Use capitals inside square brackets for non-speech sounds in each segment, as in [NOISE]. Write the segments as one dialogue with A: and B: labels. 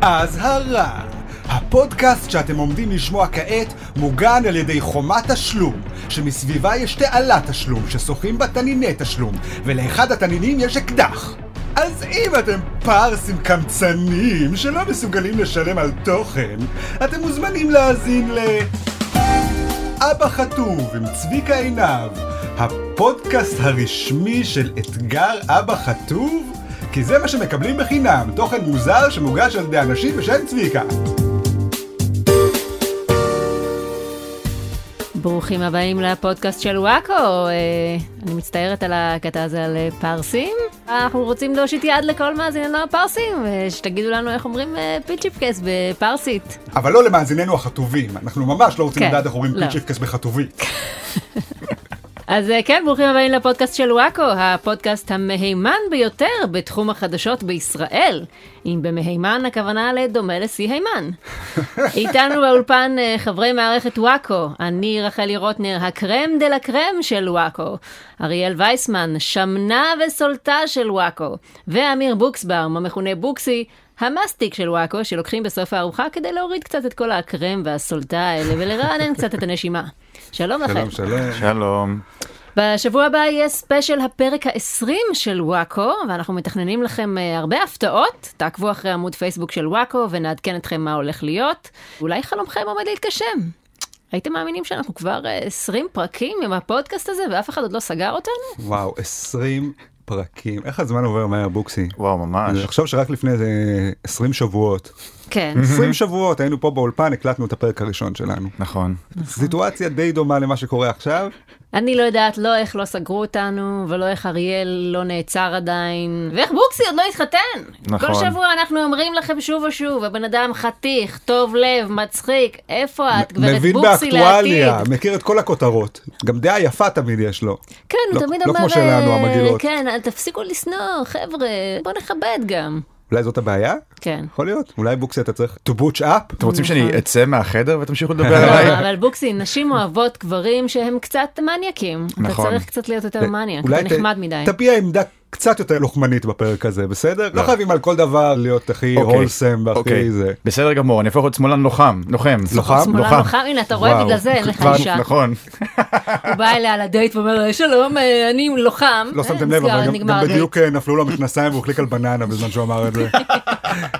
A: אזהרה, הפודקאסט שאתם עומדים לשמוע כעת מוגן על ידי חומת תשלום, שמסביבה יש תעלת תשלום ששוחים בה תניני תשלום, ולאחד התנינים יש אקדח. אז אם אתם פרסים קמצנים שלא מסוגלים לשלם על תוכן, אתם מוזמנים להאזין ל... אבא חטוב עם צביקה עינב, הפודקאסט הרשמי של אתגר אבא חטוב, כי זה מה שמקבלים בחינם, תוכן מוזר שמוגש על ידי אנשים בשם צביקה.
B: ברוכים הבאים לפודקאסט של וואקו. אה, אני מצטערת על הקטע הזה על אה, פרסים. אנחנו רוצים להושיט יד לכל מאזיננו הפרסים, אה, שתגידו לנו איך אומרים אה, פיצ'יפקס בפרסית.
A: אבל לא למאזיננו החטובים, אנחנו ממש לא רוצים
B: כן,
A: לדעת איך אומרים
B: לא.
A: פיצ'יפקס בחטובית.
B: אז אה, כן, ברוכים הבאים לפודקאסט של וואקו, הפודקאסט המהימן ביותר בתחום החדשות בישראל. אם במהימן הכוונה לדומה לשיא הימן. איתנו באולפן אה, חברי מערכת וואקו, אני רחלי רוטנר, הקרם דה לה קרם של וואקו, אריאל וייסמן, שמנה וסולטה של וואקו, ואמיר בוקסבאום, המכונה בוקסי, המסטיק של וואקו, שלוקחים בסוף הארוחה כדי להוריד קצת את כל הקרם והסולטה האלה ולרענן קצת את הנשימה. שלום
A: שלום
B: לכם.
A: שלום.
C: שלום.
B: בשבוע הבא יהיה ספיישל הפרק ה-20 של וואקו, ואנחנו מתכננים לכם אה, הרבה הפתעות. תעקבו אחרי עמוד פייסבוק של וואקו ונעדכן אתכם מה הולך להיות. אולי חלומכם עומד להתגשם. הייתם מאמינים שאנחנו כבר אה, 20 פרקים עם הפודקאסט הזה ואף אחד עוד לא סגר אותנו?
A: וואו, 20 פרקים. איך הזמן עובר מהר, בוקסי?
C: וואו, ממש.
A: אני חושב שרק לפני איזה 20 שבועות,
B: כן.
A: 20 שבועות היינו פה באולפן, הקלטנו את הפרק הראשון שלנו.
C: נכון.
A: סיטואציה די דומה למה שקורה עכשיו.
B: [LAUGHS] אני לא יודעת לא איך לא סגרו אותנו, ולא איך אריאל לא נעצר עדיין, ואיך בוקסי עוד לא התחתן.
C: נכון.
B: כל שבוע אנחנו אומרים לכם שוב ושוב, הבן אדם חתיך, טוב לב, מצחיק, איפה את, גברת
A: מבין
B: בוקסי
A: באקטואליה,
B: לעתיד?
A: מכיר את כל הכותרות. גם דעה יפה תמיד יש לו.
B: כן, הוא
A: לא-
B: תמיד
A: לא
B: אומר,
A: כמו שלנו,
B: אה,
A: המגעילות.
B: כן, אל תפסיקו לשנוא, חבר'ה, בוא נכבד גם.
A: אולי זאת הבעיה?
B: כן.
A: יכול להיות. אולי בוקסי אתה צריך to butch up?
C: אתם רוצים שאני אצא מהחדר ותמשיכו לדבר
B: לא,
C: עליי?
B: אבל בוקסי, נשים אוהבות גברים שהם קצת מניאקים. אתה
C: נכון.
B: צריך קצת להיות יותר מניאק, אתה
A: אה, אולי ת-
B: נחמד מדי.
A: תביע עמדה קצת יותר לוחמנית בפרק הזה, בסדר? לא חייבים על כל דבר להיות הכי
C: אוקיי.
A: הולסם והכי
C: אוקיי.
A: זה.
C: בסדר גמור, אני הפוך להיות שמאלן לוחם. לוחם.
A: לוחם?
B: שמאלן לוחם, הנה, אתה רואה,
C: וואו.
B: בגלל זה אין לך
C: כבר-
B: אישה.
C: נכון.
B: הוא בא אליה לדייט ואומר לה, שלום, אה, אני לוחם.
A: לא
B: אה,
A: שמתם לב,
B: נסגר,
A: אבל גם-
B: נגמר
A: גם
B: הדייט.
A: בדיוק אה, נפלו לו מכנסיים והוא החליק על בננה בזמן שהוא אמר את
B: [LAUGHS]
A: זה.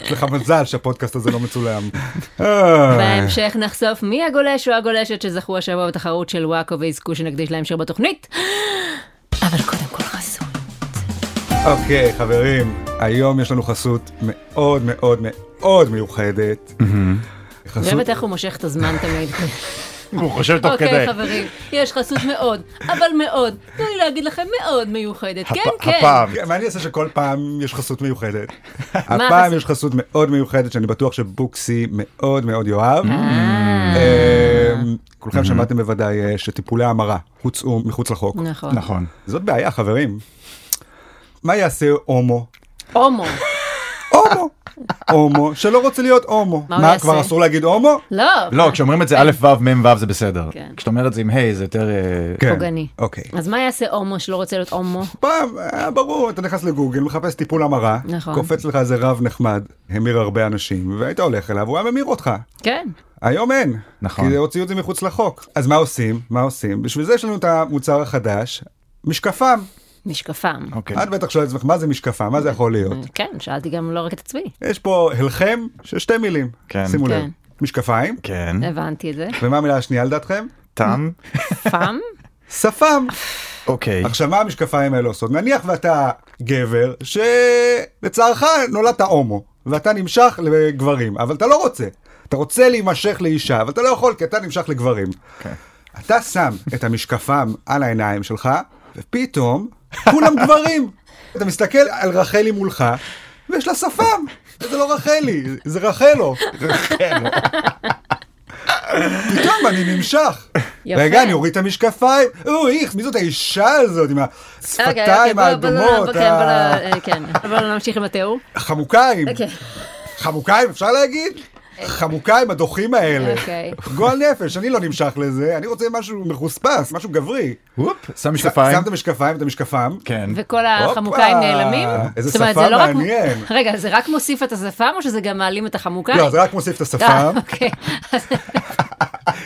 A: יש לך מזל שהפודקאסט הזה לא מצולם. אה,
B: בהמשך נחשוף מי הגולש או הגולשת שזכו השבוע בתחרות של וואקו ויזכו שנקדיש להם שיר בתוכנית. [GASPS] אבל קודם כל חסוי.
A: אוקיי, חברים, היום יש לנו חסות מאוד מאוד מאוד מיוחדת.
B: אני
A: חסות
B: אוהבת איך הוא מושך את הזמן תמיד.
C: הוא חושב תוך כדי.
B: אוקיי חברים, יש חסות מאוד, אבל מאוד, תנו לי להגיד לכם מאוד מיוחדת, כן
C: הפ-
B: כן.
C: הפעם.
A: כן, מה אני אעשה שכל פעם יש חסות
B: [LAUGHS]
A: מיוחדת? הפעם
B: החסות?
A: יש חסות מאוד מיוחדת שאני בטוח שבוקסי מאוד מאוד יאהב.
B: אה,
A: אמ, כולכם שמעתם בוודאי אה, שטיפולי המרה הוצאו מחוץ לחוק.
B: נכון.
C: נכון.
A: זאת בעיה, חברים. מה יעשה הומו?
B: הומו. [LAUGHS]
A: הומו. הומו שלא רוצה להיות הומו.
B: מה הוא
A: מה,
B: יעשה?
A: כבר אסור להגיד הומו?
B: לא.
C: לא, כשאומרים את זה א', ו', מ', ו' זה בסדר.
B: כן.
C: כשאתה אומר את זה עם ה' זה יותר... אה,
A: כן.
B: פוגעני.
A: אוקיי.
B: אז מה יעשה הומו שלא רוצה להיות הומו?
A: פעם, היה ברור, אתה נכנס לגוגל, מחפש טיפול המרה,
B: נכון.
A: קופץ לך איזה רב נחמד, המיר הרבה אנשים, והיית הולך אליו, הוא היה ממיר אותך.
B: כן.
A: היום אין.
C: נכון.
A: כי הוציאו את זה מחוץ לחוק. אז מה עושים? מה עושים? בשביל זה יש לנו את המוצר החדש, משקפם.
B: משקפם.
C: אוקיי.
A: את בטח שואלת את עצמך, מה זה משקפם? מה זה יכול להיות?
B: כן, שאלתי גם לא רק את עצמי.
A: יש פה הלחם של שתי מילים.
C: כן.
A: שימו לב.
B: כן.
A: משקפיים,
C: כן.
B: הבנתי את זה.
A: ומה המילה השנייה לדעתכם?
C: תם.
B: פעם?
A: שפם.
C: אוקיי.
A: עכשיו, מה המשקפיים האלה עושות? נניח ואתה גבר, שלצערך נולדת הומו, ואתה נמשך לגברים, אבל אתה לא רוצה. אתה רוצה להימשך לאישה, אבל אתה לא יכול, כי אתה נמשך לגברים. אתה שם את המשקפם על העיניים שלך, ופתאום כולם [LAUGHS] גברים. אתה מסתכל על רחלי מולך, ויש לה שפם. זה לא רחלי, זה רחלו. פתאום אני נמשך.
B: יפה.
A: רגע, אני אוריד את המשקפיים. או, איך, מי זאת האישה הזאת עם
B: אוקיי,
A: השפתיים
B: לא
A: האדומות, אה. ה-
B: כן, אה, בואו נמשיך עם התיאור.
A: החמוקיים.
B: אוקיי. אה.
A: חמוקיים, אפשר להגיד? חמוקה עם הדוחים האלה.
B: אוקיי.
A: גועל נפש, אני לא נמשך לזה, אני רוצה משהו מחוספס, משהו גברי.
C: הופ, שם
A: ש-
C: משקפיים.
A: שם את המשקפיים, את המשקפיים.
C: כן.
B: וכל
A: הופה,
B: החמוקיים נעלמים?
A: איזה
B: זאת אומרת,
A: שפה
B: זה לא רק-
A: מעניין.
B: רגע, זה רק מוסיף את השפם או שזה גם מעלים את החמוקיים?
A: לא, זה רק מוסיף את
B: אה, [LAUGHS]
A: השפם.
B: אוקיי.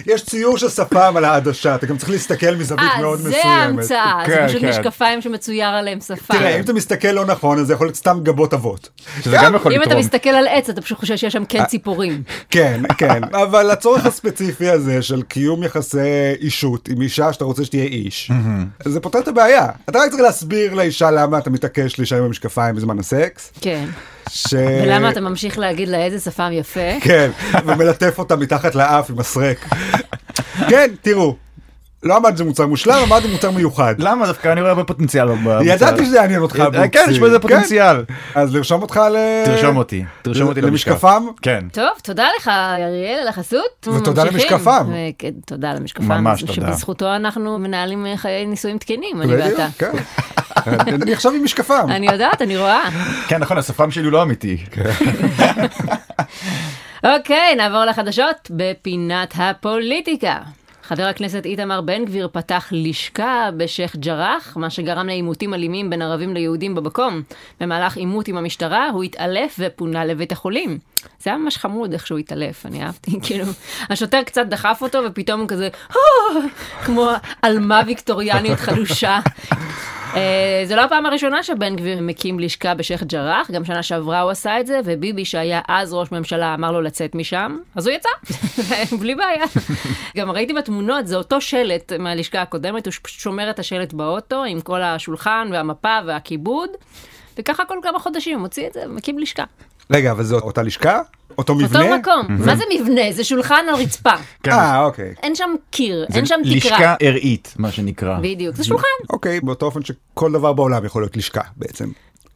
A: יש ציור של שפם על העדשה, אתה גם צריך להסתכל מזווית
B: אה,
A: מאוד מסוימת.
B: זה ההמצאה, זה
C: כן,
B: פשוט
C: כן.
B: משקפיים שמצויר עליהם שפם.
A: תראה, אם אתה מסתכל לא נכון, אז זה יכול להיות סתם גבות אבות.
C: שזה גם יכול
B: אם אתה
C: לתרום.
B: מסתכל על עץ, אתה פשוט חושב שיש שם
A: אה,
B: כן ציפורים.
A: כן, כן, [LAUGHS] אבל הצורך הספציפי הזה של קיום יחסי אישות עם אישה שאתה רוצה שתהיה איש, זה פותר את הבעיה. אתה רק צריך להסביר לאישה למה אתה מתעקש להישאר עם המשקפיים בזמן הסקס,
B: כן.
A: ש...
B: ולמה אתה ממשיך להגיד לה איזה שפם יפה?
A: כן, ומלטף אותה מתחת לאף עם הסרק. כן, תראו, לא אמרתי שזה מוצר מושלם, אמרתי מוצר מיוחד.
C: למה דווקא אני רואה הרבה פוטנציאל. במוצר.
A: ידעתי שזה יעניין אותך,
C: אה, כן,
A: בוקסי.
C: יש בזה
A: כן.
C: פוטנציאל.
A: אז לרשום אותך ל...
C: תרשום אותי. אה, תרשום אותי
A: למשקפם?
C: כן.
B: טוב, תודה לך, אריאל, על החסות.
A: ותודה
B: ממשיכים.
A: למשקפם.
B: וכן, תודה למשקפם.
C: ממש תודה.
B: שבזכותו אנחנו מנהלים אה, חיי נישואים תקינים, אני
A: בדיוק,
B: ואתה.
A: כן. אני עכשיו עם משקפם.
B: אני יודעת, אני רואה.
C: כן, נכון, השפם שלי הוא לא אמיתי.
B: כן. אוקיי, נעבור לחדשות בפינת הפוליטיקה. חבר הכנסת איתמר בן גביר פתח לשכה בשייח' ג'ראח, מה שגרם לעימותים אלימים בין ערבים ליהודים במקום. במהלך עימות עם המשטרה הוא התעלף ופונה לבית החולים. זה היה ממש חמוד איך שהוא התעלף, אני אהבתי, [LAUGHS] כאילו, השוטר קצת דחף אותו ופתאום הוא כזה, "אה", כמו עלמה ויקטוריאנית חלושה. אה, זו לא הפעם הראשונה שבן גביר מקים לשכה בשייח' ג'ראח, גם שנה שעברה הוא עשה את זה, וביבי שהיה אז ראש ממשלה אמר לו לצאת משם, אז הוא יצא, [LAUGHS] בלי בעיה. גם ראיתי בתמונות, זה אותו שלט מהלשכה הקודמת, הוא ש- פשוט שומר את השלט באוטו עם כל השולחן והמפה והכיבוד. וככה כל כמה חודשים הוא מוציא את זה ומקים לשכה.
A: רגע, אבל זו אותה לשכה? אותו מבנה?
B: אותו מקום. מה זה מבנה? זה שולחן על רצפה.
C: כן.
A: אה, אוקיי.
B: אין שם קיר,
C: זה
B: אין שם תקרה.
C: לשכה ארעית, מה שנקרא.
B: בדיוק, זה שולחן.
A: אוקיי, באותו אופן שכל דבר בעולם יכול להיות לשכה בעצם.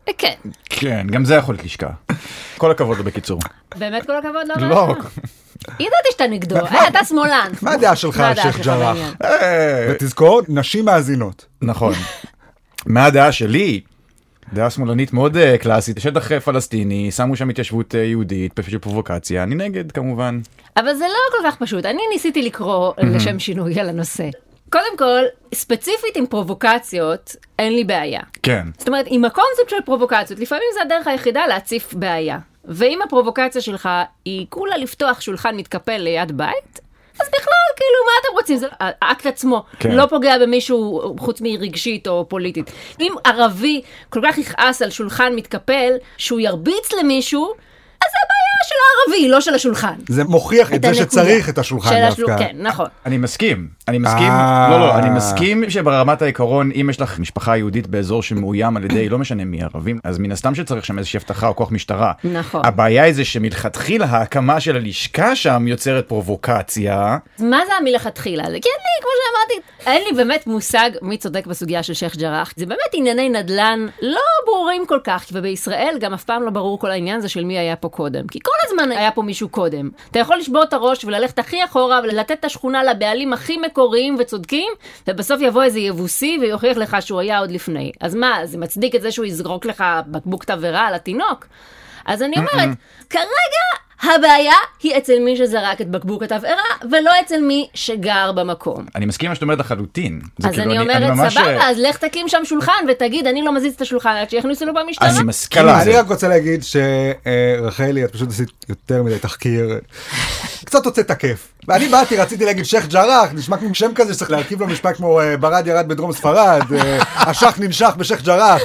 B: אה, כן.
C: כן, גם זה יכול להיות לשכה. כל הכבוד לו בקיצור.
B: באמת כל הכבוד לא
C: לא.
B: מעניין. ידעתי שאתה נגדו, היי, אתה שמאלן.
A: נכון. מה הדעה שלך
B: מה
A: על
B: הדעה
A: שייח'
B: שלך
A: ג'ראח?
B: בעניין?
C: אה,
A: ותזכור, נשים מאזינות.
C: נכון. מה הדעה שלי? דעה שמאלנית מאוד אה, קלאסית, שטח אה, פלסטיני, שמו שם התיישבות אה, יהודית, פשוט פרובוקציה, אני נגד כמובן.
B: אבל זה לא כל כך פשוט, אני ניסיתי לקרוא לשם שינוי על הנושא. קודם כל, ספציפית עם פרובוקציות, אין לי בעיה.
C: כן.
B: זאת אומרת, עם הקונספט של פרובוקציות, לפעמים זה הדרך היחידה להציף בעיה. ואם הפרובוקציה שלך היא כולה לפתוח שולחן מתקפל ליד בית, אז בכלל, כאילו, מה אתם רוצים? זה האקט עצמו כן.
C: כן.
B: לא פוגע במישהו חוץ מרגשית או פוליטית. אם ערבי כל כך יכעס על שולחן מתקפל, שהוא ירביץ למישהו, אז זה הבעיה של הערבי, לא של השולחן.
A: זה מוכיח את זה
B: הנקודה.
A: שצריך את השולחן
B: של השול-
A: דווקא.
B: כן, נכון.
C: אני מסכים, אני מסכים,
A: אה.
C: לא לא, אני מסכים שברמת העיקרון, אם יש לך משפחה יהודית באזור שמאוים על ידי לא משנה מי ערבים, אז מן הסתם שצריך שם איזושהי הבטחה או כוח משטרה.
B: נכון.
C: הבעיה היא זה שמלכתחילה ההקמה של הלשכה שם יוצרת פרובוקציה.
B: אז מה זה המלכתחילה? זה כן לי, כמו שאמרתי, אין לי באמת מושג מי צודק בסוגיה של שייח' ג'ראח. זה באמת ענייני נדל"ן לא ברורים כל כך, ובישראל גם אף פעם לא ברור כל העניין הזה של מי היה פה קודם. כי כל הזמן היה פה מישהו קודם. אתה יכול לשבור את הראש וללכת הכי אחורה ולתת את השכונה לבעלים הכי מקוריים וצודקים, ובסוף יבוא איזה יבוסי ויוכיח לך שהוא היה עוד לפני. אז מה, זה מצדיק את זה שהוא יזרוק לך בקבוק תבערה על התינוק? אז אני אומרת, כרגע הבעיה היא אצל מי שזרק את בקבוק התבערה, ולא אצל מי שגר במקום.
C: אני מסכים עם מה שאת אומרת לחלוטין. זה
B: אז
C: כאילו,
B: אני
C: אני
B: אומרת,
C: ממש-
B: סבבה, אז לך תקים שם שולחן ותגיד, אני לא מזיז את השולחן עד שיכניסו לו במשטרה.
C: אני מסכים עם
A: אני
C: זה.
A: רק רוצה להגיד שרחלי, את פשוט עשית יותר מדי
B: [LAUGHS]
A: תחקיר. קצת הוצאת כיף. ואני באתי, רציתי להגיד שייח' ג'ראח, נשמע כמו שם כזה שצריך להרכיב לו משפט כמו אה, ברד ירד בדרום ספרד, אה, השח ננשך בשייח'
B: [LAUGHS]
A: ג'ראח.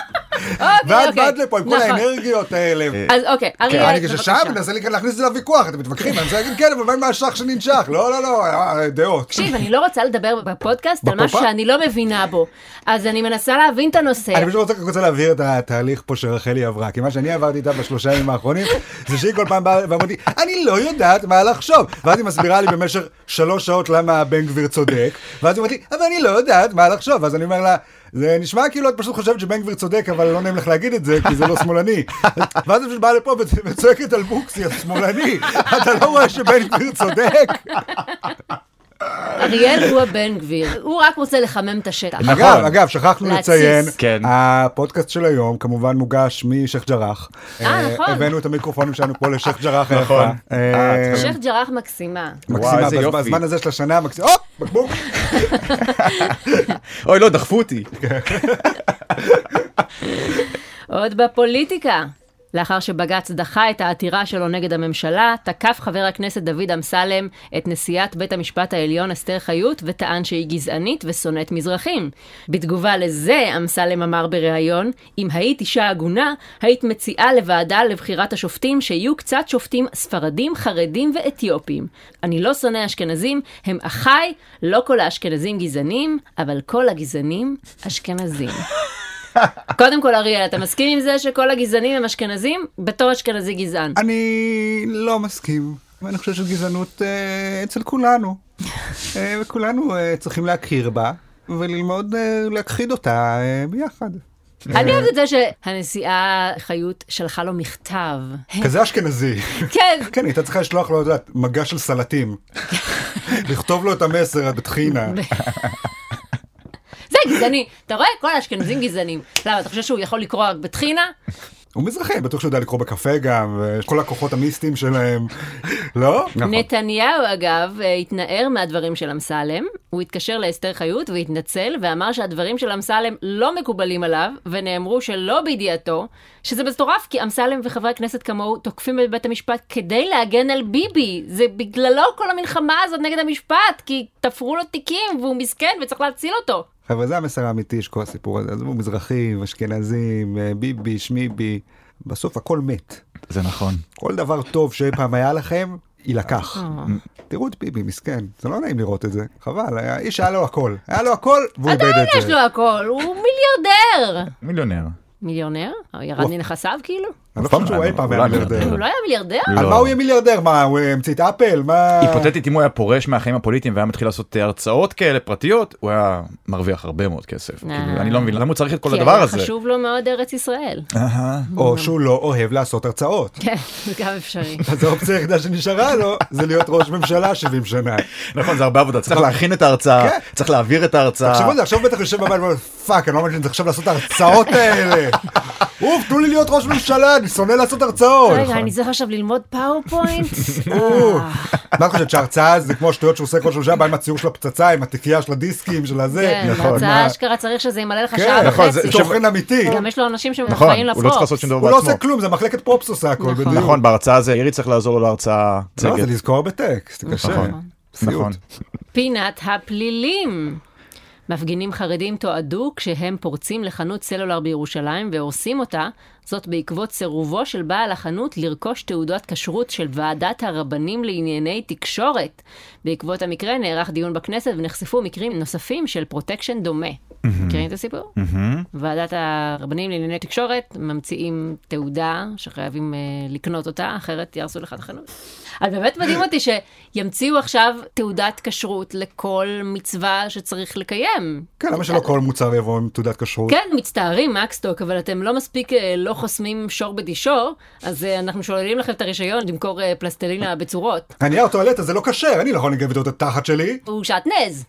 B: אוקיי,
A: ואת
B: אוקיי.
A: באת לפה עם כל
B: נכון.
A: האנרגיות האלה.
B: אז אוקיי,
A: אה,
B: אריאל,
A: אני כששם
B: בבקשה.
A: מנסה לי כן להכניס את זה לוויכוח, אתם מתווכחים, אני רוצה להגיד כן, אבל מה עם השח שננשך? לא, לא, לא, אה, דעות.
B: תקשיב, אני לא רוצה לדבר בפודקאסט על משהו
A: בפודקאסט?
B: שאני לא מבינה בו. אז אני מנסה להבין את הנושא.
A: אני פשוט רוצה, רק רוצה להבהיר את התהליך פה שרחלי עברה, כי מה שאני עברתי איתה בשלושה ימים האחרונים, זה שהיא כל פעם באה ואמרתי, אני לא יודעת מה לחשוב. ואז היא מסבירה לי במשך שלוש שעות למה בן גביר צודק, ואז היא אומרת לי, אבל אני לא יודעת מה לחשוב. ואז אני אומר לה, זה נשמע כאילו את פשוט חושבת שבן גביר צודק, אבל לא נעים לך להגיד את זה, כי זה לא שמאלני. ואז היא פשוט באה לפה וצ- וצועקת על בוקסי, את שמאלני, אתה לא רואה שבן גביר צודק?
B: אריאל הוא הבן גביר, הוא רק רוצה לחמם את השטח.
C: נכון.
A: אגב, אגב, שכחנו
B: להתסיס.
A: לציין,
C: כן.
A: הפודקאסט של היום כמובן מוגש משייח' ג'ראח.
B: אה,
A: אה,
B: נכון.
A: הבאנו את המיקרופונים שלנו פה לשייח' ג'ראח היפה.
C: נכון.
A: אה,
C: אה,
B: שייח' ג'ראח מקסימה.
C: וואו,
A: מקסימה,
C: איזה
A: בז-
C: יופי.
A: בזמן הזה של השנה המקסימה, הופ, בקבוק.
C: אוי, לא, דחפו אותי.
B: עוד בפוליטיקה. לאחר שבג"ץ דחה את העתירה שלו נגד הממשלה, תקף חבר הכנסת דוד אמסלם את נשיאת בית המשפט העליון אסתר חיות וטען שהיא גזענית ושונאת מזרחים. בתגובה לזה, אמסלם אמר בריאיון, אם היית אישה הגונה, היית מציעה לוועדה לבחירת השופטים שיהיו קצת שופטים ספרדים, חרדים ואתיופים. אני לא שונא אשכנזים, הם אחיי, לא כל האשכנזים גזענים, אבל כל הגזענים אשכנזים. קודם כל, אריאל, אתה מסכים עם זה שכל הגזענים הם אשכנזים? בתור אשכנזי גזען.
A: אני לא מסכים, ואני חושב שגזענות אה, אצל כולנו. אה, וכולנו אה, צריכים להכיר בה, וללמוד אה, להכחיד אותה אה, ביחד.
B: אני אוהבת את זה שהנשיאה חיות שלחה לו מכתב.
A: כזה אשכנזי.
B: כן,
A: כן, היא הייתה צריכה לשלוח לו, את יודעת, מגע של
B: [LAUGHS]
A: סלטים. לכתוב לו את המסר, את בטחינה.
B: זה גזעני. אתה רואה? כל האשכנזים גזענים. למה, אתה חושב שהוא יכול לקרוא רק בטחינה?
A: הוא מזרחי, בטוח שהוא יודע לקרוא בקפה גם, ויש כל הכוחות המיסטיים שלהם. לא?
B: נתניהו, אגב, אה, התנער מהדברים של אמסלם. הוא התקשר לאסתר חיות והתנצל, ואמר שהדברים של אמסלם לא מקובלים עליו, ונאמרו שלא בידיעתו, שזה מטורף, כי אמסלם וחברי כנסת כמוהו תוקפים את בית המשפט כדי להגן על ביבי. זה בגללו כל המלחמה הזאת נגד המשפט, כי תפרו לו תיקים, והוא מסכן וצריך להציל אותו.
A: חבר'ה, זה המסר האמיתי של כל הסיפור הזה. עזבו מזרחים, אשכנזים, אה, ביבי, שמיבי. בסוף הכל מת.
C: זה נכון.
A: כל דבר טוב שאי פעם היה לכם, יילקח. תראו את ביבי, מסכן. זה לא נעים לראות את זה. חבל, היה- האיש היה לו הכל. היה לו הכל, והוא איבד
B: אתה יודע,
A: את
B: יש
A: זה.
B: לו הכל, הוא מיליארדר.
C: מיליונר.
B: מיליונר? ירד מנכסיו כאילו?
A: אני לא חושב שהוא אי פעם היה
C: אולי
A: מיליארדר.
B: הוא לא היה מיליארדר?
A: על
C: לא.
A: מה הוא יהיה מיליארדר? מה, הוא אה, המציא את אפל? מה...
C: היפותטית, אם הוא היה פורש מהחיים הפוליטיים והיה מתחיל לעשות אה, הרצאות כאלה פרטיות, הוא היה מרוויח הרבה מאוד כסף. כאילו, אני לא מבין למה הוא צריך את כל
B: אה. כי
C: הדבר
B: היה
C: הזה.
B: חשוב לו מאוד ארץ ישראל.
C: אהה.
A: או שהוא לא אוהב לעשות הרצאות.
B: כן, זה גם
C: [LAUGHS]
B: אפשרי.
A: אז האופציה היחידה שנשארה לו זה להיות ראש ממשלה 70 שנה.
C: נכון, זה הרבה עבודה, צריך להכין את ההרצאה,
A: כן.
C: צריך להעביר את ההרצאה.
A: תחשבו על זה, עכשיו הוא בטח יושב בבית ואומר, פאק, אני לא מאמין שאני צריך עכשיו לעשות את ההרצאות האלה. אוף, תנו לי להיות ראש ממשלה, אני שונא לעשות הרצאות.
C: נכון.
B: רגע, אני צריך עכשיו ללמוד
C: [LAUGHS]
B: פאורפוינט?
A: מה את חושבת שההרצאה זה כמו השטויות שהוא עושה כל שלושה, בא עם הציור של הפצצה, עם התיקייה של הדיסקים, של הזה? נכון.
B: כן,
A: מה-
C: נכון.
B: בהרצאה אשכרה צריך שזה ימלא לך
A: כן,
B: שעה
A: נכון, זה
B: וחצי.
A: תוכן אמיתי.
B: גם יש לו אנשים
C: נכון,
B: שמחפאים לפרופס.
C: הוא לא צריך לעשות שום דבר
A: הוא לא עושה
C: בעצמו.
A: כלום, זה מחלקת פרופס עושה הכל, בדיוק.
C: נכון, בהרצאה זה ירי צריך לעזור לו להרצאה.
A: לא,
C: צגת.
A: זה לזכור בטקסט, זה קשה.
C: נכון.
A: סיוט.
C: נכון.
B: פינת הפלילים. מפגינים חרדים תועדו כשהם פורצים לחנות סלולר בירושלים והורסים אותה, זאת בעקבות סירובו של בעל החנות לרכוש תעודת כשרות של ועדת הרבנים לענייני תקשורת. בעקבות המקרה נערך דיון בכנסת ונחשפו מקרים נוספים של פרוטקשן דומה. מכירים את הסיפור? ועדת הרבנים לענייני תקשורת ממציאים תעודה שחייבים אה, לקנות אותה, אחרת יהרסו לך את החנות. אז באמת מדהים אותי שימציאו עכשיו תעודת כשרות לכל מצווה שצריך לקיים.
A: כן, למה שלא כל מוצר יבוא עם תעודת כשרות?
B: כן, מצטערים, מקסטוק, אבל אתם לא מספיק אה, לא חוסמים שור בדישו, אז אה, אנחנו שוללים לכם את הרישיון למכור אה, פלסטלינה בצורות.
A: הנייר טואלט הזה לא כשר, אני לא יכול לגב איתו את התחת שלי.
B: הוא שעטנז.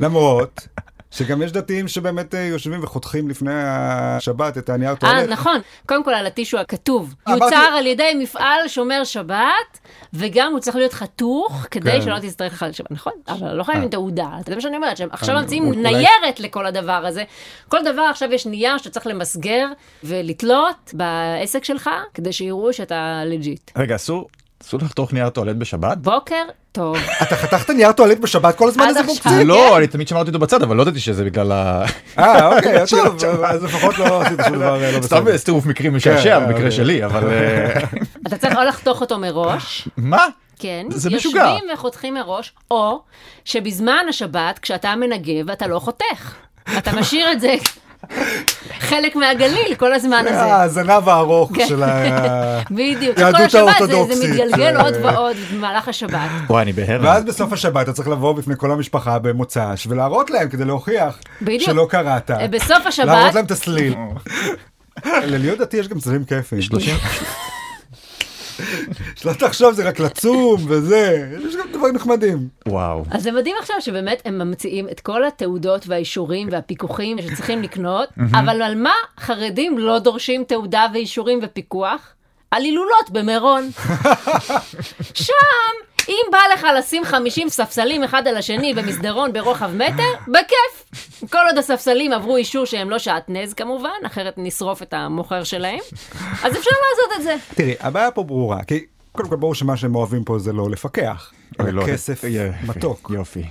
A: למרות שגם יש דתיים שבאמת אה, יושבים וחותכים לפני השבת את הנייר
B: אה,
A: טואלט.
B: נכון. קודם כל על הטישו הכתוב.
A: אה, אמרתי-
B: יוצר על ידי מפעל שומר שבת, וגם הוא צריך להיות חתוך, כדי
A: כן.
B: שלא תצטרך לך לשבת. נכון, אבל לא חייבים תעודה. זה מה שאני אומרת, שהם עכשיו
A: אני-
B: ממציאים
A: אה, אולי-
B: ניירת לכל הדבר הזה. כל דבר עכשיו יש נייר שצריך למסגר ולתלות בעסק שלך, כדי שיראו שאתה לג'יט.
C: רגע, אסור אסור לחתוך נייר טואלט בשבת?
B: בוקר
A: [LAUGHS]
B: טוב.
A: אתה חתכת נייר טואלט בשבת כל הזמן
B: עד
A: איזה
B: עכשיו.
A: מוקצין?
C: לא, אני תמיד שמרתי אותו בצד, אבל לא ידעתי שזה בגלל ה...
A: אה, אוקיי, אז טוב, אז לפחות לא עשית שום דבר אה, לא
C: סתם
A: בסדר.
C: צירוף מקרים משעשע
A: כן,
C: במקרה
A: אוקיי.
C: שלי, אבל... אה,
B: אתה צריך או לחתוך אותו מראש,
C: מה?
B: כן,
C: זה משוגע.
B: יושבים וחותכים מראש, או שבזמן השבת, כשאתה מנגב, אתה לא חותך. אתה משאיר את זה
A: [LAUGHS]
B: חלק מהגליל כל הזמן
A: אה,
B: הזה.
A: הזנב הארוך
B: כן.
A: של
B: [LAUGHS]
A: ה...
B: בדיוק,
A: יהדות
B: כל השבת זה- זה
A: האורתודוקסית.
B: מתגלגל עוד
A: אה.
B: ועוד במהלך השבת.
C: וואי, אני בהלם.
A: ואז בסוף השבת אתה צריך לבוא בפני כל המשפחה במוצ"ש ולהראות להם כדי להוכיח
B: בדיוק. אה,
A: שלא קראת.
B: בסוף השבת-
A: להראות להם את הסליל.
B: [LAUGHS]
A: ללהיות דתי יש גם צלילים כיפים. שלא תחשוב זה רק לצום וזה, יש גם דברים נחמדים.
C: וואו.
B: אז זה מדהים עכשיו שבאמת הם ממציאים את כל התעודות והאישורים והפיקוחים שצריכים לקנות, אבל על מה חרדים לא דורשים תעודה ואישורים ופיקוח? על הילולות במירון. שם, אם בא לך לשים 50 ספסלים אחד על השני במסדרון ברוחב מטר, בכיף. כל עוד הספסלים עברו אישור שהם לא שעטנז כמובן, אחרת נשרוף את המוכר שלהם, אז אפשר לעשות את זה.
A: תראי, הבעיה פה ברורה, כי קודם כל ברור שמה שהם אוהבים פה זה לא לפקח,
C: אוי,
A: אלא
C: לא.
A: כסף
C: יופי,
A: מתוק.
C: יופי.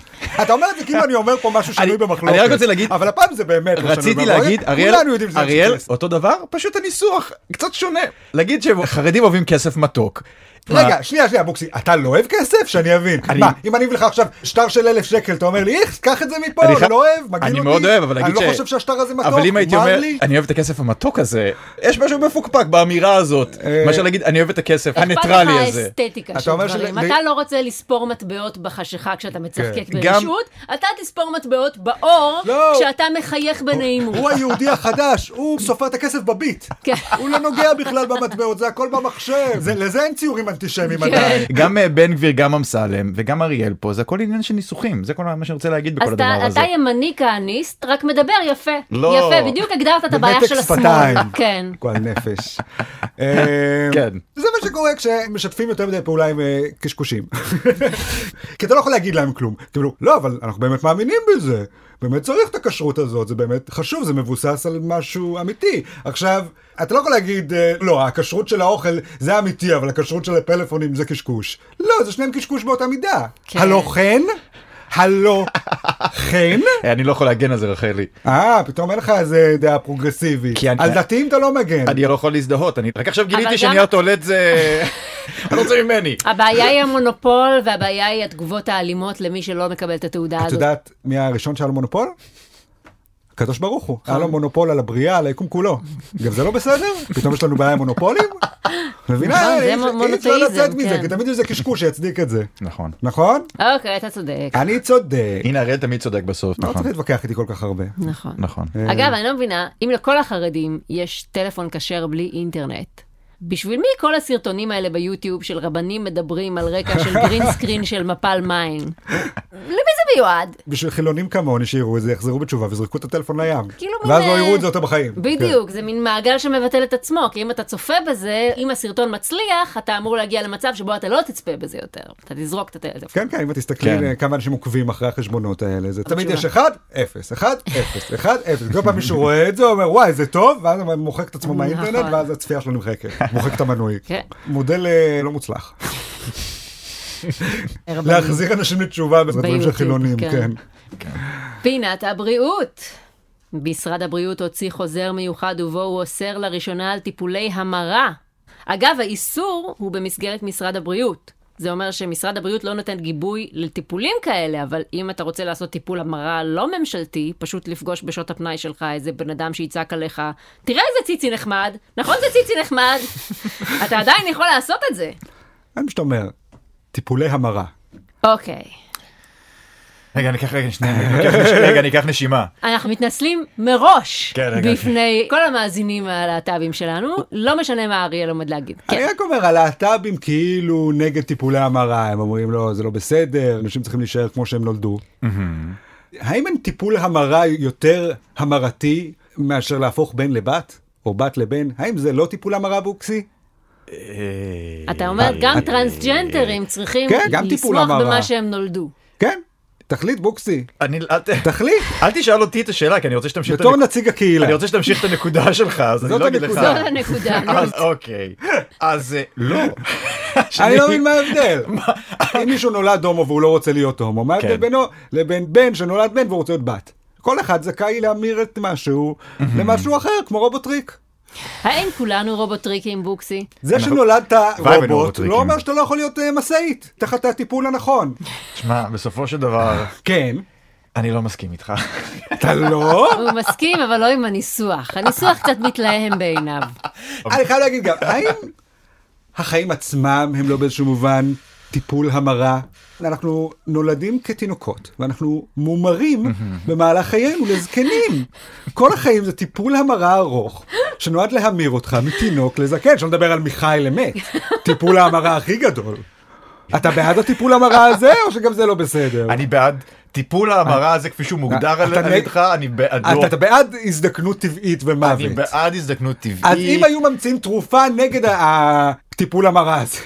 A: אתה אומר את זה כאילו אני אומר פה משהו שנוי
C: אני-
A: במחלוקת.
C: אני רק רוצה להגיד-
A: אבל הפעם זה באמת לא שנוי
C: רציתי
A: במחלוקת.
C: להגיד, אריאל,
A: כולנו יודעים שזה
C: אריאל,
A: כסף.
C: אותו דבר, פשוט הניסוח קצת שונה. להגיד שחרדים אוהבים כסף מתוק.
A: רגע, שנייה, שנייה, בוקסי, אתה לא אוהב כסף? שאני אבין.
C: אני-
A: מה, אם אני אביא לך עכשיו שטר של אלף שקל, אתה אומר לי, איך, קח את זה מפה,
C: אני
A: אני
C: חי-
A: לא אוהב, מגעיל אותי.
C: אני מאוד אוהב, אבל להגיד
A: אני לא חושב שהשטר הזה מתוק,
C: אבל אם הייתי
A: מר
C: אומר,
A: לי.
C: אני אוהב את הכסף המתוק הזה, יש משהו מפוקפק באמירה הזאת.
A: אה,
C: מאשר להגיד, אני אוהב את הכסף הניטרלי
B: אכפת לך
C: הזה.
B: האסתטיקה
A: אתה
B: של
A: אומר כן.
B: דברים.
A: של-
B: אתה לא רוצה לספור מטבעות בחשיכה כשאתה מצחקק
C: גם-
B: ברשות, אתה תספור מטבעות באור
A: לא.
B: כשאתה מחייך בנעימות.
A: הוא היהודי החדש, הוא סופר את הכסף בביט.
B: כן.
A: הוא לא נוגע בכלל במטבעות, זה הכל במחשב. זה- לזה אין ציורים אנטישמיים עדיין.
C: גם אה, בן גביר, גם אמסלם וגם אריאל פה, זה הכל עניין של ניסוחים, זה כל מה שאני רוצה להגיד
B: אז
C: בכל
B: אתה,
C: הדבר הזה.
B: אתה ימני כהניסט, רק מדבר יפה.
C: לא.
B: יפה, בדיוק הגדרת את הבעיה
A: במתק
B: של השמאל. [LAUGHS]
A: שפתיים.
B: כן.
A: [LAUGHS] גועל
B: [LAUGHS]
A: נפש. אה,
C: כן.
A: זה מה שקורה כשמשתפים יותר מדי פעולה עם אה, קשקושים. [LAUGHS] כי אתה לא יכול להגיד להם כלום. כאילו, לא, אבל אנחנו באמת מאמינים בזה. באמת צריך את הכשרות הזאת, זה באמת חשוב, זה מבוסס על משהו אמיתי. עכשיו, אתה לא יכול להגיד, אה, לא, הכשרות של האוכל זה אמיתי, אבל הכשרות של הפלאפונים זה קשקוש. לא, זה שניהם קשקוש באותה מידה.
B: כן.
A: הלא כן? הלא כן?
C: אה, אני לא יכול להגן על זה, רחלי.
A: אה, פתאום אין לך איזה דעה פרוגרסיבית.
C: כי אני-
A: על דתיים אתה לא מגן.
C: אני לא יכול להזדהות, אני רק עכשיו
B: אבל
C: גיליתי
B: גם-
C: שנייר טואלט זה... [LAUGHS] אני לא רוצה ממני.
B: הבעיה היא המונופול, והבעיה היא התגובות האלימות למי שלא מקבל את התעודה
A: את
B: הזאת.
A: יודעת מי הראשון שהיה לו מונופול? הקדוש ברוך הוא, היה לו מונופול על הבריאה, על היקום כולו. גם זה לא בסדר? פתאום יש לנו בעיה עם מונופולים?
B: נכון,
A: מבינה?
B: זה
A: אי אפשר- אי אפשר
B: מונותאיזם,
A: לצאת מזה,
B: כן.
A: כי תמיד יש איזה קשקוש שיצדיק את זה.
C: נכון.
A: נכון?
B: אוקיי, אתה צודק.
A: אני צודק.
C: הנה, אריאל תמיד צודק בסוף,
A: לא אה. צריך
C: נכון.
A: להתווכח איתי כל כך הרבה.
B: נכון.
C: נכון.
B: אגב, אני לא מבינה, אם לכל החרדים יש טלפון כשר בלי אינטרנט, בשביל מי כל הסרטונים האלה ביוטיוב של רבנים מדברים על רקע
A: [LAUGHS]
B: של גרין סקרין של מפל מים? למי זה מיועד?
A: בשביל חילונים כמוני שיראו את זה, יחזרו בתשובה ויזרקו את הטלפון לים.
B: כאילו
A: ואז
B: מין,
A: לא
B: אה,
A: יראו את זה יותר בחיים. כן.
B: בדיוק, זה מין מעגל שמבטל את עצמו, כי אם אתה צופה בזה, אם הסרטון מצליח, אתה אמור להגיע למצב שבו אתה לא תצפה בזה יותר. אתה תזרוק את הטלפון.
A: כן, כן, אם את תסתכלי
C: כן.
A: אה, כמה אנשים עוקבים אחרי החשבונות האלה, זה תמיד
B: התשובה.
A: יש 1, 0, 1, 0, 1, 0. כל פעם מישהו רואה את זה, אומר וואי, זה טוב, ואז הוא מוחק את עצמו מהאינטרנט,
B: נכון.
A: ואז הצפייה שלו נמחקת, מוחק את המנוי.
B: כן.
A: מודל אה, לא מוצלח.
B: רבנים.
A: להחזיר אנשים לתשובה בדברים של
B: ביוטיוב,
A: חילונים,
B: כן.
A: כן.
B: פינת הבריאות. משרד הבריאות הוציא חוזר מיוחד ובו הוא אוסר לראשונה על טיפולי המרה. אגב, האיסור הוא במסגרת משרד הבריאות. זה אומר שמשרד הבריאות לא נותן גיבוי לטיפולים כאלה, אבל אם אתה רוצה לעשות טיפול המרה לא ממשלתי, פשוט לפגוש בשעות הפנאי שלך איזה בן אדם שיצעק עליך, תראה איזה ציצי נחמד, נכון זה ציצי נחמד? אתה עדיין יכול לעשות את זה.
A: אני פשוט אומר, טיפולי המרה.
B: אוקיי.
C: רגע, אני אקח רגע, שנייה, אני אקח נש- רגע, אני אקח נשימה.
B: אנחנו מתנצלים מראש
C: כן, רגע,
B: בפני כל המאזינים הלהט"בים שלנו, לא משנה מה אריאל עומד להגיד.
A: אני
B: כן.
A: רק אומר, הלהט"בים כאילו נגד טיפולי המרה, הם אומרים לא, זה לא בסדר, אנשים צריכים להישאר כמו שהם נולדו. האם אין טיפול המרה יותר המרתי מאשר להפוך בן לבת, או בת לבן? האם זה לא טיפול המרה בוקסי?
B: אתה אומר, גם טרנסג'נדרים צריכים
A: כן, גם טיפול
B: לשמוח
A: המרה.
B: במה שהם נולדו.
A: כן, תחליט בוקסי,
C: אני, אל ת-
A: תחליט,
C: אל תשאל אותי את השאלה, כי אני רוצה שתמשיך את
A: בתור
C: הנק-
A: נציג הקהילה.
C: אני רוצה שתמשיך את הנקודה שלך, אז אני
A: זאת
C: לא אגיד לך.
A: הנקודה.
B: זאת הנקודה.
C: [LAUGHS] אז אוקיי. אז אה, לא.
A: [LAUGHS] אני
C: שאני-
A: לא מבין [LAUGHS] מה ההבדל. אם מישהו נולד הומו והוא לא רוצה להיות הומו, מה ההבדל
C: כן.
A: בינו לבין בן שנולד בן והוא רוצה להיות בת? כל אחד זכאי להמיר את משהו למשהו אחר, כמו רובוטריק.
B: האם כולנו רובוטריקים, בוקסי?
A: זה שנולדת
C: וואי, בן
A: רובוט
C: רובוטריקים.
A: לא אומר שאתה לא יכול להיות אה, משאית תחת הטיפול הנכון.
C: שמע, בסופו של דבר,
A: כן.
C: אני לא מסכים איתך.
A: אתה לא?
B: הוא מסכים, אבל לא עם הניסוח. הניסוח קצת מתלהם בעיניו.
A: אני חייב להגיד גם, האם החיים עצמם הם לא באיזשהו מובן טיפול המרה? אנחנו נולדים כתינוקות ואנחנו מומרים במהלך חיינו לזקנים. כל החיים זה טיפול המרה ארוך שנועד להמיר אותך מתינוק לזקן, שלא נדבר על מיכאל אמת, טיפול ההמרה הכי גדול. אתה בעד הטיפול המרה הזה, או שגם זה לא בסדר?
D: אני בעד טיפול ההמרה הזה כפי שהוא מוגדר על-
A: אתה נגד-
D: על ידך, אני
C: לא.
D: בעדו.
A: אתה- אתה בעד הזדקנות טבעית
D: לא. אני
A: ומוות.
D: בעד הזדקנות
A: אז אם
D: טבעית,
A: היו ממציאים תרופה נגד ה- הטיפול המרה הזה,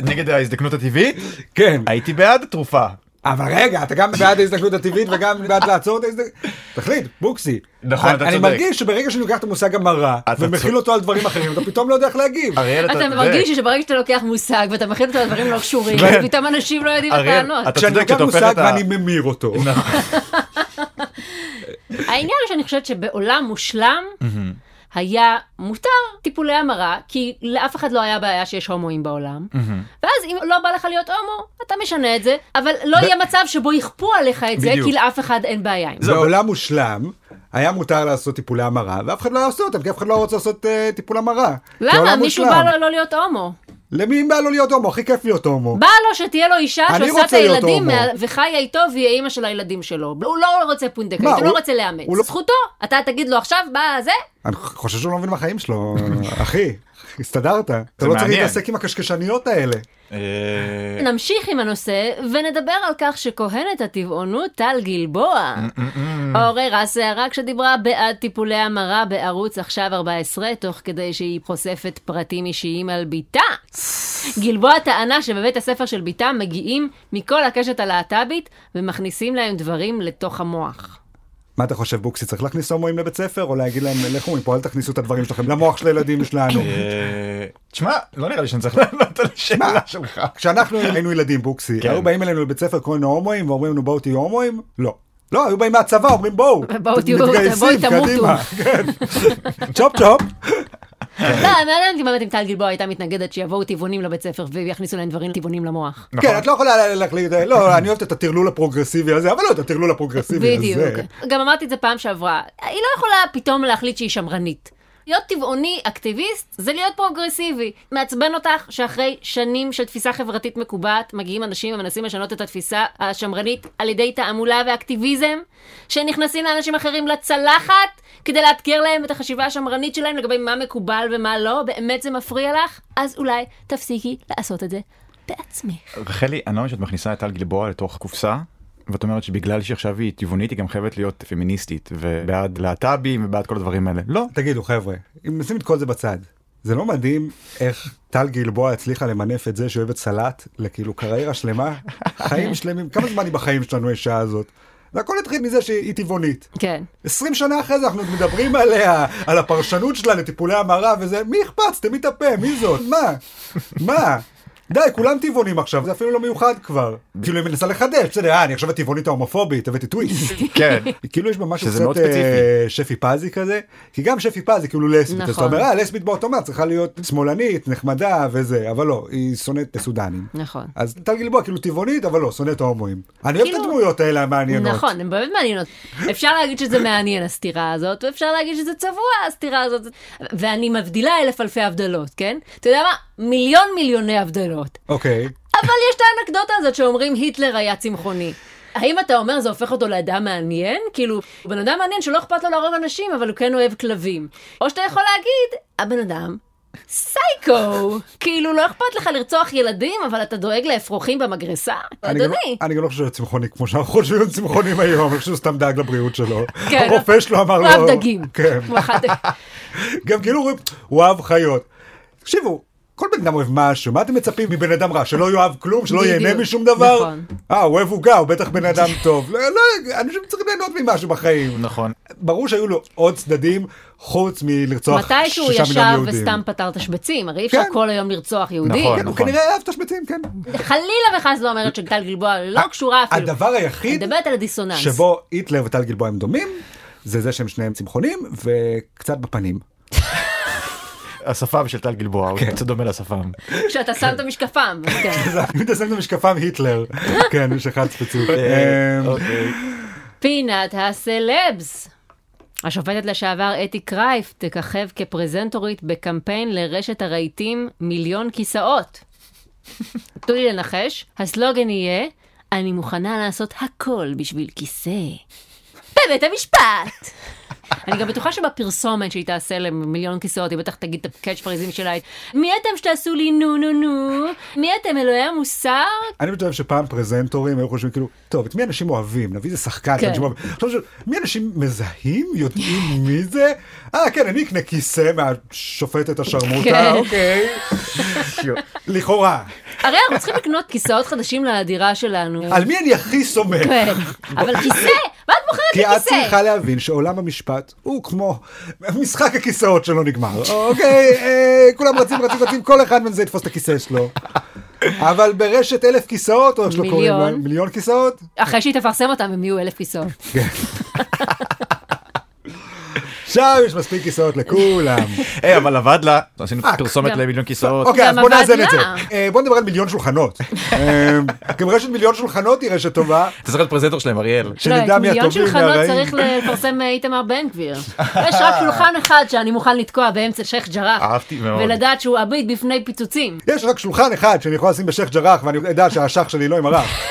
D: נגד ההזדקנות הטבעית,
A: כן.
D: הייתי בעד התרופה.
A: אבל רגע, אתה גם בעד ההזדקנות הטבעית וגם בעד לעצור את ההזדקנות? תחליט, בוקסי.
D: נכון,
A: אני-
D: אתה
A: אני
D: צודק.
A: מרגיש שברגע שאני לוקח את המושג המרה,
D: אתה
A: ומכיל
D: צודק.
A: אותו על דברים אחרים, אתה פתאום לא יודע איך להגיב.
D: אריאל, אתה
B: אתה
D: צודק.
B: מרגיש שברגע שאתה לוקח מושג ואתה מכין אותו לדברים לא קשורים,
D: כן.
B: פתאום אנשים לא יודעים איך
D: אריאל,
B: לענות.
D: אתה
A: כשאני
D: צודק,
A: לוקח
D: כשאתה הופך
A: מושג
D: את ה- נכון.
A: ואני ממיר
D: [LAUGHS]
A: אותו.
B: העניין הוא שאני חושבת שבעולם מושלם היה מותר טיפולי המרה, כי לאף אחד לא היה בעיה שיש הומואים בעולם. ואז אם לא בא לך להיות הומו, אתה משנה את זה, אבל לא יהיה מצב שבו יכפו עליך את זה,
D: בדיוק.
B: כי לאף אחד אין בעיה עם זה.
A: בעולם מושלם, היה מותר לעשות טיפולי המרה, ואף אחד לא היה עושה אותם, כי אף אחד לא רוצה לעשות אה, טיפול המרה. כי
B: למה?
A: העולם
B: מישהו
A: מושלם.
B: בא לו לא להיות הומו.
A: למי בא לו להיות הומו? הכי כיף להיות הומו.
B: בא לו שתהיה לו אישה
A: אני
B: שעושה את
A: רוצה להיות
B: הילדים
A: הומו.
B: מה- וחיה איתו והיא אימא של הילדים שלו. הוא לא רוצה פונדקאית,
A: מה,
B: הוא לא
A: הוא-
B: רוצה לאמץ.
A: הוא לא-
B: זכותו, אתה תגיד לו עכשיו, בא זה,
A: אני חושב שהוא לא מבין מהחיים שלו, [LAUGHS] אחי, הסתדרת. אתה לא צריך
D: מעניין.
A: להתעסק עם הקשקשניות האלה.
D: אה,
B: נמשיך עם הנושא ונדבר על כך שכהנת הטבעונות טל גלבוע עוררה סערה כשדיברה בעד טיפולי המרה בערוץ עכשיו 14 תוך כדי שהיא חושפת פרטים אישיים על בתה. גלבוע טענה שבבית הספר של בתה מגיעים מכל הקשת הלהט"בית ומכניסים להם דברים לתוך המוח.
A: מה אתה חושב, בוקסי, צריך להכניס הומואים לבית ספר, או להגיד להם, לכו מפה, אל תכניסו את הדברים שלכם למוח של הילדים שלנו?
D: אה, תשמע, לא נראה לי שאני צריך לענות על השאלה שלך.
A: אה, כשאנחנו היינו ילדים, בוקסי,
D: כן.
A: היו באים אלינו לבית ספר כל מיני הומואים, ואומרים לנו, בואו תהיו הומואים? לא. לא, היו באים מהצבא, אומרים, בואו.
B: בואו תהיו-
A: מתגייסים,
B: בואו תמותו."
A: קדימה, כן. צ'ופ צ'ופ.
B: לא, מעניין אותי באמת אם טל גלבוע הייתה מתנגדת שיבואו טבעונים לבית ספר ויכניסו להם דברים טבעונים למוח.
D: נכון.
A: כן, את לא יכולה להחליט, לא, אני אוהבת את הטרלול הפרוגרסיבי הזה, אבל לא את הטרלול הפרוגרסיבי
B: בדיוק.
A: הזה.
B: גם אמרתי את זה פעם שעברה. היא לא יכולה פתאום להחליט שהיא שמרנית. להיות טבעוני אקטיביסט זה להיות פרוגרסיבי. מעצבן אותך שאחרי שנים של תפיסה חברתית מקובעת, מגיעים אנשים ומנסים לשנות את התפיסה השמרנית על ידי תעמולה ואקטיביזם, שנכנסים לאנשים אחרים לצלחת כדי לאתגר להם את החשיבה השמרנית שלהם לגבי מה מקובל ומה לא, באמת זה מפריע לך? אז אולי תפסיקי לעשות את זה בעצמך.
D: רחלי, אני לא מבין שאת מכניסה את טל גלבוע לתוך קופסה, ואת אומרת שבגלל שעכשיו היא טבעונית, היא גם חייבת להיות פמיניסטית, ובעד להט"בים, ובעד כל הדברים האלה. לא.
A: תגידו, חבר'ה, אם נשים את כל זה בצד, זה לא מדהים איך טל גלבוע הצליחה למנף את זה שאוהבת סלט לכאילו קריירה שלמה, חיים שלמים, כמה זמן היא בחיים שלנו האישה הזאת? והכל התחיל מזה שהיא טבעונית.
B: כן.
A: 20 שנה אחרי זה אנחנו עוד מדברים עליה, על הפרשנות שלה לטיפולי המרה וזה, מי אכפת? סתמי את הפה, מי זאת? מה? מה? די, כולם טבעונים עכשיו, זה אפילו לא מיוחד כבר. כאילו היא מנסה לחדש, בסדר, אה, אני עכשיו הטבעונית ההומופובית, הבאתי טוויסט.
D: כן.
A: כאילו יש בה משהו
D: שזה
A: קצת
D: מאוד
A: אה,
D: ספציפי.
A: שפי פזי כזה, כי גם שפי פזי כאילו לסבית, אז אתה
B: נכון.
A: אומר, אה, לסבית באוטומט צריכה להיות שמאלנית, נחמדה וזה, אבל לא, היא שונאת סודנים.
B: נכון.
A: אז טל גלבוע כאילו טבעונית, אבל לא, שונאת ההומואים. אני אוהב את
B: כאילו-
A: הדמויות האלה המעניינות.
B: נכון, הן באמת מעניינות. אפשר להגיד שזה מעניין הסתירה הזאת, ואפשר להגיד שזה צבוע הסתירה הזאת. ואני מבדילה אלף אלפי הבדלות, כן? אתה יודע מה? מיליון מיליוני הבדלות.
A: אוקיי.
B: אבל יש את האנקדוטה הזאת שאומרים היטלר היה צמחוני. האם אתה אומר זה הופך אותו לאדם מעניין? כאילו, הוא בן אדם מעניין שלא אכפת לו להרוג אנשים, אבל הוא כן אוהב כלבים. או שאתה יכול להגיד, הבן אדם סייקו. כאילו, לא אכפת לך לרצוח ילדים, אבל אתה דואג לאפרוחים במגרסה?
A: אני גם לא-
B: אדוני.
A: אני גם לא חושב שהוא צמחוני כמו שאנחנו חושבים על צמחונים היום, אני חושב שהוא סתם דאג לבריאות שלו.
B: כן.
A: הרופא שלו אמר
B: הוא
A: לו...
B: אהב דגים.
A: כן.
B: הוא אכל דגים.
A: גם כאילו אומרים, הוא אהב חיות. תקשיבו, כל בן אדם אוהב משהו, מה אתם מצפים מבן אדם רע? שלא יאהב כלום, שלא
B: בדיוק.
A: ייהנה משום דבר?
B: נכון.
A: אה, הוא אוהב עוגה, הוא בטח בן אדם טוב. לא, לא, אנשים צריכים ליהנות ממשהו בחיים.
D: [LAUGHS] נכון.
A: ברור שהיו לו עוד צדדים, חוץ מלרצוח שישה מיליון
B: מתי שהוא
A: יהודים.
B: ישב וסתם פתר תשבצים, הרי אי אפשר
A: כן.
B: כל היום לרצוח יהודים.
D: נכון.
A: כן, הוא כנראה אהב תשבצים, כן.
B: חלילה וחס לא אומרת שגל גלבוע לא קשורה אפילו.
A: אה, הדבר היחיד...
B: אני מדברת על הדיסוננס.
A: שבו היטלר וטל גלבוע הם דומים, זה זה שהם שניהם צמחונים וקצת בפנים. [LAUGHS]
D: השפם של טל גלבוע, הוא קצת דומה לשפם.
B: כשאתה שם
A: [LAUGHS]
B: את המשקפם. אז כן.
A: אז אני מתעסק במשקפם
B: [LAUGHS]
A: היטלר. כן, יש אחד ספציפי.
C: אה,
A: אמ,
D: אוקיי.
B: פינת הסלבס. השופטת לשעבר אתי קרייף תככב כפרזנטורית בקמפיין לרשת הרהיטים מיליון כיסאות. תנו לי לנחש, הסלוגן יהיה, אני מוכנה לעשות הכל בשביל כיסא. בבית המשפט! אני גם בטוחה שבפרסומת שהיא תעשה למיליון כיסאות, היא בטח תגיד את הקאץ' פריזים שלה, מי אתם שתעשו לי נו נו נו? מי אתם אלוהי המוסר?
A: אני באמת אוהב שפעם פרזנטורים היו חושבים כאילו, טוב, את מי אנשים אוהבים? נביא איזה שחקן
B: כן.
A: שאנשים אוהבים. עכשיו, ש- מי אנשים מזהים? יודעים מי זה? אה, כן, אני אקנה כיסא מהשופטת השרמוטה,
B: כן.
A: אוקיי. לכאורה.
B: הרי אנחנו צריכים לקנות כיסאות חדשים לדירה שלנו.
A: על מי אני הכי סומך?
B: כן,
A: [LAUGHS]
B: אבל כיסא? מה את מוכרת
A: כי
B: לי
A: את
B: כיסא?
A: צריכה להבין שעולם המשפט הוא כמו משחק הכיסאות שלא נגמר. אוקיי, אה, כולם רצים, רצים, רצים, כל אחד מהם זה יתפוס את הכיסא שלו. אבל ברשת אלף כיסאות, או איך שלא קוראים
B: מיליון.
A: להם, מיליון כיסאות?
B: אחרי שהיא תפרסם אותם הם יהיו אלף כיסאות.
A: שם יש מספיק כיסאות לכולם.
D: היי, אבל עבד לה, [LAUGHS] עשינו
A: אה,
D: פרסומת
B: גם-
D: למיליון כיסאות.
A: אוקיי, אז
B: גם
A: בוא נאזן
B: עבד
A: את זה.
B: לה.
A: אה, בוא נדבר על מיליון
B: [LAUGHS]
A: שולחנות. אה, גם רשת מיליון שולחנות היא רשת טובה.
D: אתה זוכר את הפרזנטור שלהם, אריאל.
B: לא, את
A: שנדע מי
B: מיליון
A: הטובים
B: שולחנות
A: והרעים.
B: צריך לפרסם אה, איתמר בן גביר. יש רק שולחן אחד שאני מוכן לתקוע באמצע שייח' ג'ראח.
D: אהבתי מאוד.
B: ולדעת שהוא עביד בפני פיצוצים.
A: יש רק שולחן אחד שאני יכול לשים בשייח' ג'ראח ואני אדע שהשח שלי לא עם הרח.